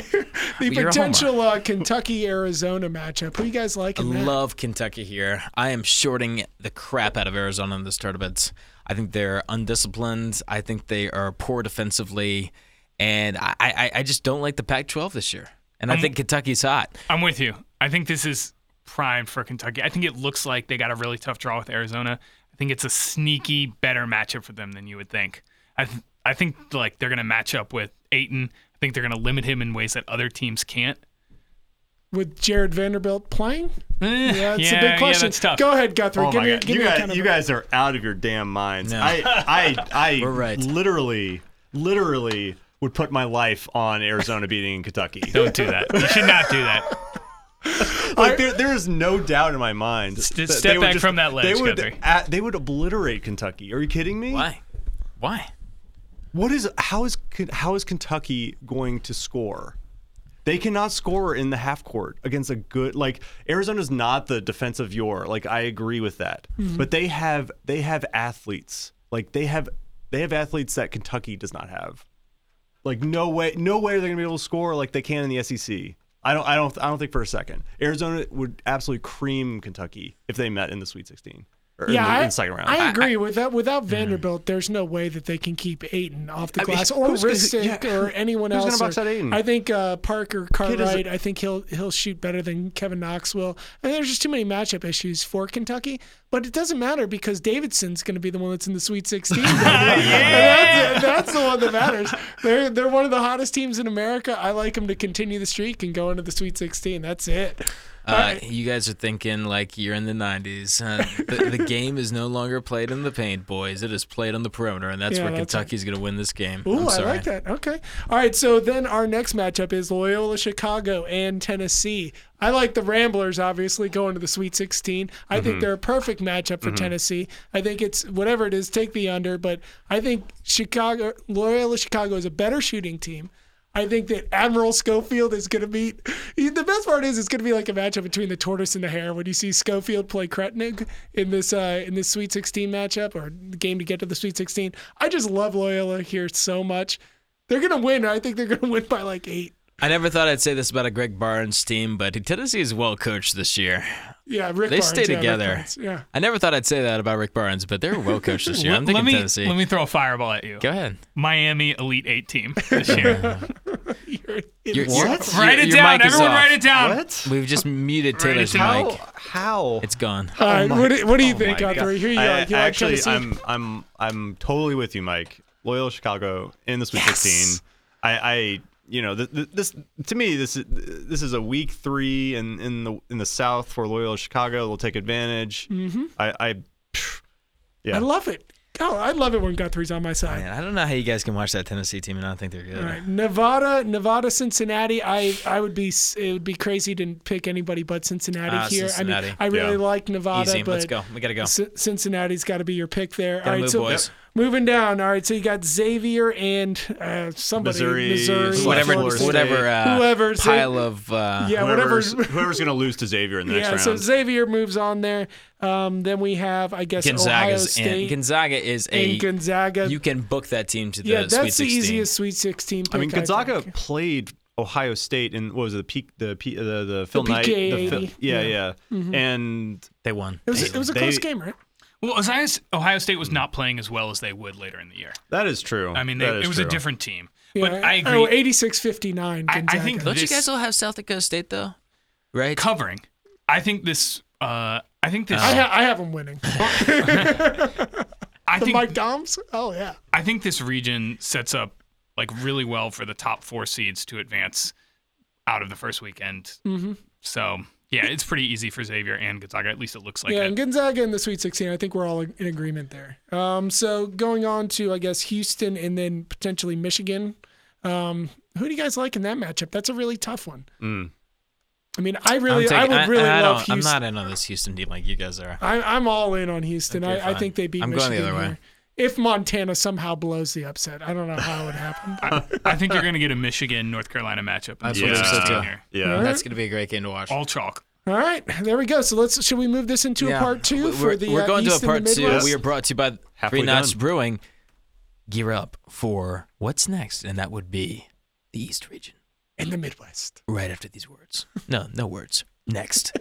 S2: the
S3: You're a
S2: potential uh, Kentucky Arizona matchup. Who you guys like
S3: I
S2: in that?
S3: love Kentucky here. I am shorting the crap out of Arizona in this tournament. I think they're undisciplined. I think they are poor defensively, and I, I, I just don't like the Pac-12 this year. And
S2: Mm.
S3: I think Kentucky's hot.
S1: I'm with you. I think this is primed for Kentucky. I think it looks like they got a really tough draw with Arizona. I think it's a sneaky better matchup for them than you would think. I th- I think like they're going to match up with Aiton. I think they're going to limit him in ways that other teams can't.
S2: With Jared Vanderbilt playing?
S1: Eh,
S2: Yeah, it's
S1: yeah,
S2: a big question.
S1: Yeah, that's tough.
S2: Go ahead, Guthrie.
S5: Oh
S2: give
S5: my
S2: me,
S5: God.
S2: give
S5: you
S2: me a
S5: guys,
S2: kind of
S5: you guys are out of your damn minds.
S3: No.
S5: I, I, I
S3: We're right.
S5: literally, literally would put my life on Arizona beating Kentucky.
S1: Don't do that. You should not do that.
S5: like there, there is no doubt in my mind. that
S1: step
S5: they would
S1: back from that ledge,
S5: They would,
S1: Guthrie.
S5: a- they would obliterate Kentucky. Are you kidding me?
S3: Why? Why?
S5: What is how is Ken- how is Kentucky going to score? They cannot score in the half court against a good like Arizona's not the defensive your like I agree with that,
S2: Hmm.
S5: but they have they have athletes like they have they have athletes that Kentucky does not have. Like no way no way they're gonna be able to score like they can in the SEC. I don't I don't I don't think for a second Arizona would absolutely cream Kentucky if they met in the Sweet 16 or in, the, in
S2: yeah,
S5: the second round. Hmm.
S2: I, I agree with that. Without Vanderbilt, there's no way that they can keep Aiton off the
S5: mean,
S2: glass, or
S5: who's gonna-
S2: Ristic,
S5: yeah,
S2: or anyone
S5: who's gonna
S2: else.
S5: box
S2: or-
S5: out Aiton?
S2: I think uh, Parker
S5: is a-
S2: Cartwright. I think he'll he'll shoot better than Kevin Knox will. I mean, there's just too many matchup issues for Kentucky, but it doesn't matter because Davidson's going to be the one that's in the Sweet 16. And that's, that's the one that matters. They're they're one of the hottest teams in America. I like them to continue the streak and go into the Sweet 16. That's it.
S3: Uh, you guys are thinking like you're in the 90s. Uh, the, the game is no longer played in the paint, boys. It is played on the perimeter, and that's
S2: Yeah,
S3: where
S2: that's-
S3: Kentucky's going to win this game.
S2: Ooh,
S3: I'm
S2: I
S3: sorry.
S2: like that. Okay. All right. So then our next matchup is Loyola Chicago and Tennessee. I like the Ramblers, obviously, going to the Sweet 16. I
S3: Mm-hmm.
S2: think they're a perfect matchup for Tennessee. I think it's whatever it is, take the under. But I think Chicago, Loyola Chicago is a better shooting team. I think that Admiral Schofield is going to beat. The best part is it's going to be like a matchup between the tortoise and the hare when you see Schofield play Kretnig in this uh, in this Sweet 16 matchup or the game to get to the Sweet 16. I just love Loyola here so much. They're going to win. I think they're going to win by like eight.
S3: I never thought I'd say this about a Greg Barnes team, but Tennessee is well coached this year.
S2: Yeah, Rick.
S3: They
S2: Barnes,
S3: stay
S2: yeah, Rick
S3: together.
S2: Barnes, yeah.
S3: I never thought I'd say that about Rick Barnes, but they're well coached this year. I'm
S1: let
S3: thinking
S1: me
S3: Tennessee.
S1: let me throw a fireball at you.
S3: Go ahead.
S1: Miami Elite 8 team this year.
S2: You're-
S3: You're-
S2: it's-
S3: you're-
S1: write
S3: your-
S1: it
S3: your
S1: down.
S3: mic is
S1: Everyone
S3: off.
S1: write it down.
S5: What?
S3: We've just muted
S1: Write it
S3: Taylor's
S1: down.
S3: mic.
S5: How?
S3: It's gone.
S2: All right, what do, what do you think,
S5: Oh my
S2: Guthrie?
S5: God.
S2: Here you
S5: I-
S2: go. You
S5: I
S2: like
S5: actually,
S2: Tennessee?
S5: I'm I'm I'm totally with you, Mike. Loyal Chicago in the Sweet
S3: Yes.
S5: 16. I, I you know th- th- this to me this is this is a week three in in the in the South for Loyal Chicago. They'll take advantage. Mm-hmm. I, I pff, yeah.
S2: I love it. Oh, I love it when Guthrie's on my side.
S3: Man, I don't know how you guys can watch that Tennessee team and not think they're good.
S2: All right, Nevada, Nevada, Cincinnati. I I would be it would be crazy to pick anybody but Cincinnati
S3: Ah,
S2: here. I
S3: Cincinnati.
S2: mean, I really
S5: Yeah.
S2: like Nevada,
S3: Easy.
S2: but
S3: Let's go. We got to go.
S2: C- Cincinnati's got to be your pick there.
S3: Gotta
S2: All right,
S3: move,
S2: so
S3: boys.
S2: moving down. All right, so you got Xavier and uh, somebody,
S5: Missouri,
S2: Missouri
S3: Whatever,
S5: Florida State.
S3: whatever, uh,
S2: Whoever's in-
S3: pile of uh,
S2: yeah, whatever.
S5: whoever's, whoever's gonna lose to Xavier in the
S2: Yeah,
S5: next
S2: so
S5: round.
S2: Xavier moves on there. Um, then we have, I guess, Ohio
S3: Gonzaga's in.
S2: State
S3: Gonzaga is a.
S2: and Gonzaga.
S3: you can book that team to the
S2: yeah,
S3: Sweet
S2: that's the
S3: 16.
S2: easiest Sweet 16 pick.
S5: I mean, Gonzaga
S2: think.
S5: played Ohio State in what was it, the peak, the P, the the Phil Knight,
S2: PK80,
S5: the Phil, yeah,
S2: yeah. Mm-hmm.
S5: yeah, and
S3: They won.
S2: It was, it was a
S5: They-
S2: close game, right?
S1: Well, Ohio S- Ohio State was not playing as well as they would later in the year.
S5: that is true.
S1: I mean,
S5: That
S1: they,
S5: is
S1: it was a
S5: true.
S1: different team.
S2: Yeah,
S1: But I agree.
S2: Oh, 86 59.
S1: I- I think
S3: Don't
S1: This-
S3: you guys all have South Dakota State though? Right?
S1: covering. I think this. Uh, I think this.
S2: I, ha- I have them winning.
S1: I
S2: The
S1: think
S2: Mike Doms? Oh, yeah.
S1: I think this region sets up like really
S2: Mm-hmm.
S1: well for the top four seeds to advance out of the first weekend. So Yeah, it's pretty easy for Xavier and Gonzaga. At least it looks like
S2: yeah,
S1: it.
S2: and Gonzaga in the Sweet 16. I think we're all in agreement there. Um, so going on to, I guess, Houston and then potentially Michigan. Um, who do you guys like in that matchup? That's a really tough one. I mean, I really,
S3: Mm. I'm taking,
S2: I would really
S3: I, I
S2: love
S3: don't-
S2: Houston.
S3: I'm not in on this Houston team like you guys are.
S2: I, I'm all in on Houston.
S3: Okay,
S2: I, I
S3: fine.
S2: think they beat
S3: I'm going
S2: Michigan
S3: the other way.
S2: here. If Montana somehow blows the upset, I don't know how it happened.
S1: I think you're going to get a Michigan North Carolina matchup.
S3: That's
S1: in
S3: what
S1: the Sweet
S3: I'm saying,
S1: 16
S3: too.
S1: here.
S2: All
S6: Yeah.
S2: right.
S3: That's going to be a great game to watch.
S1: All chalk.
S2: All right, there we go. So let's should we move this into a part 2
S3: We're,
S2: for the
S3: we're
S2: uh,
S3: going
S2: East
S3: to a
S2: and
S3: part
S2: the
S3: two.
S2: Midwest?
S3: We are brought to you by
S6: Halfway
S3: Three Knots
S6: done.
S3: Brewing. Gear up for what's next, and that would be the East region.
S2: in the Midwest.
S3: Right after these words. No, no words. Next.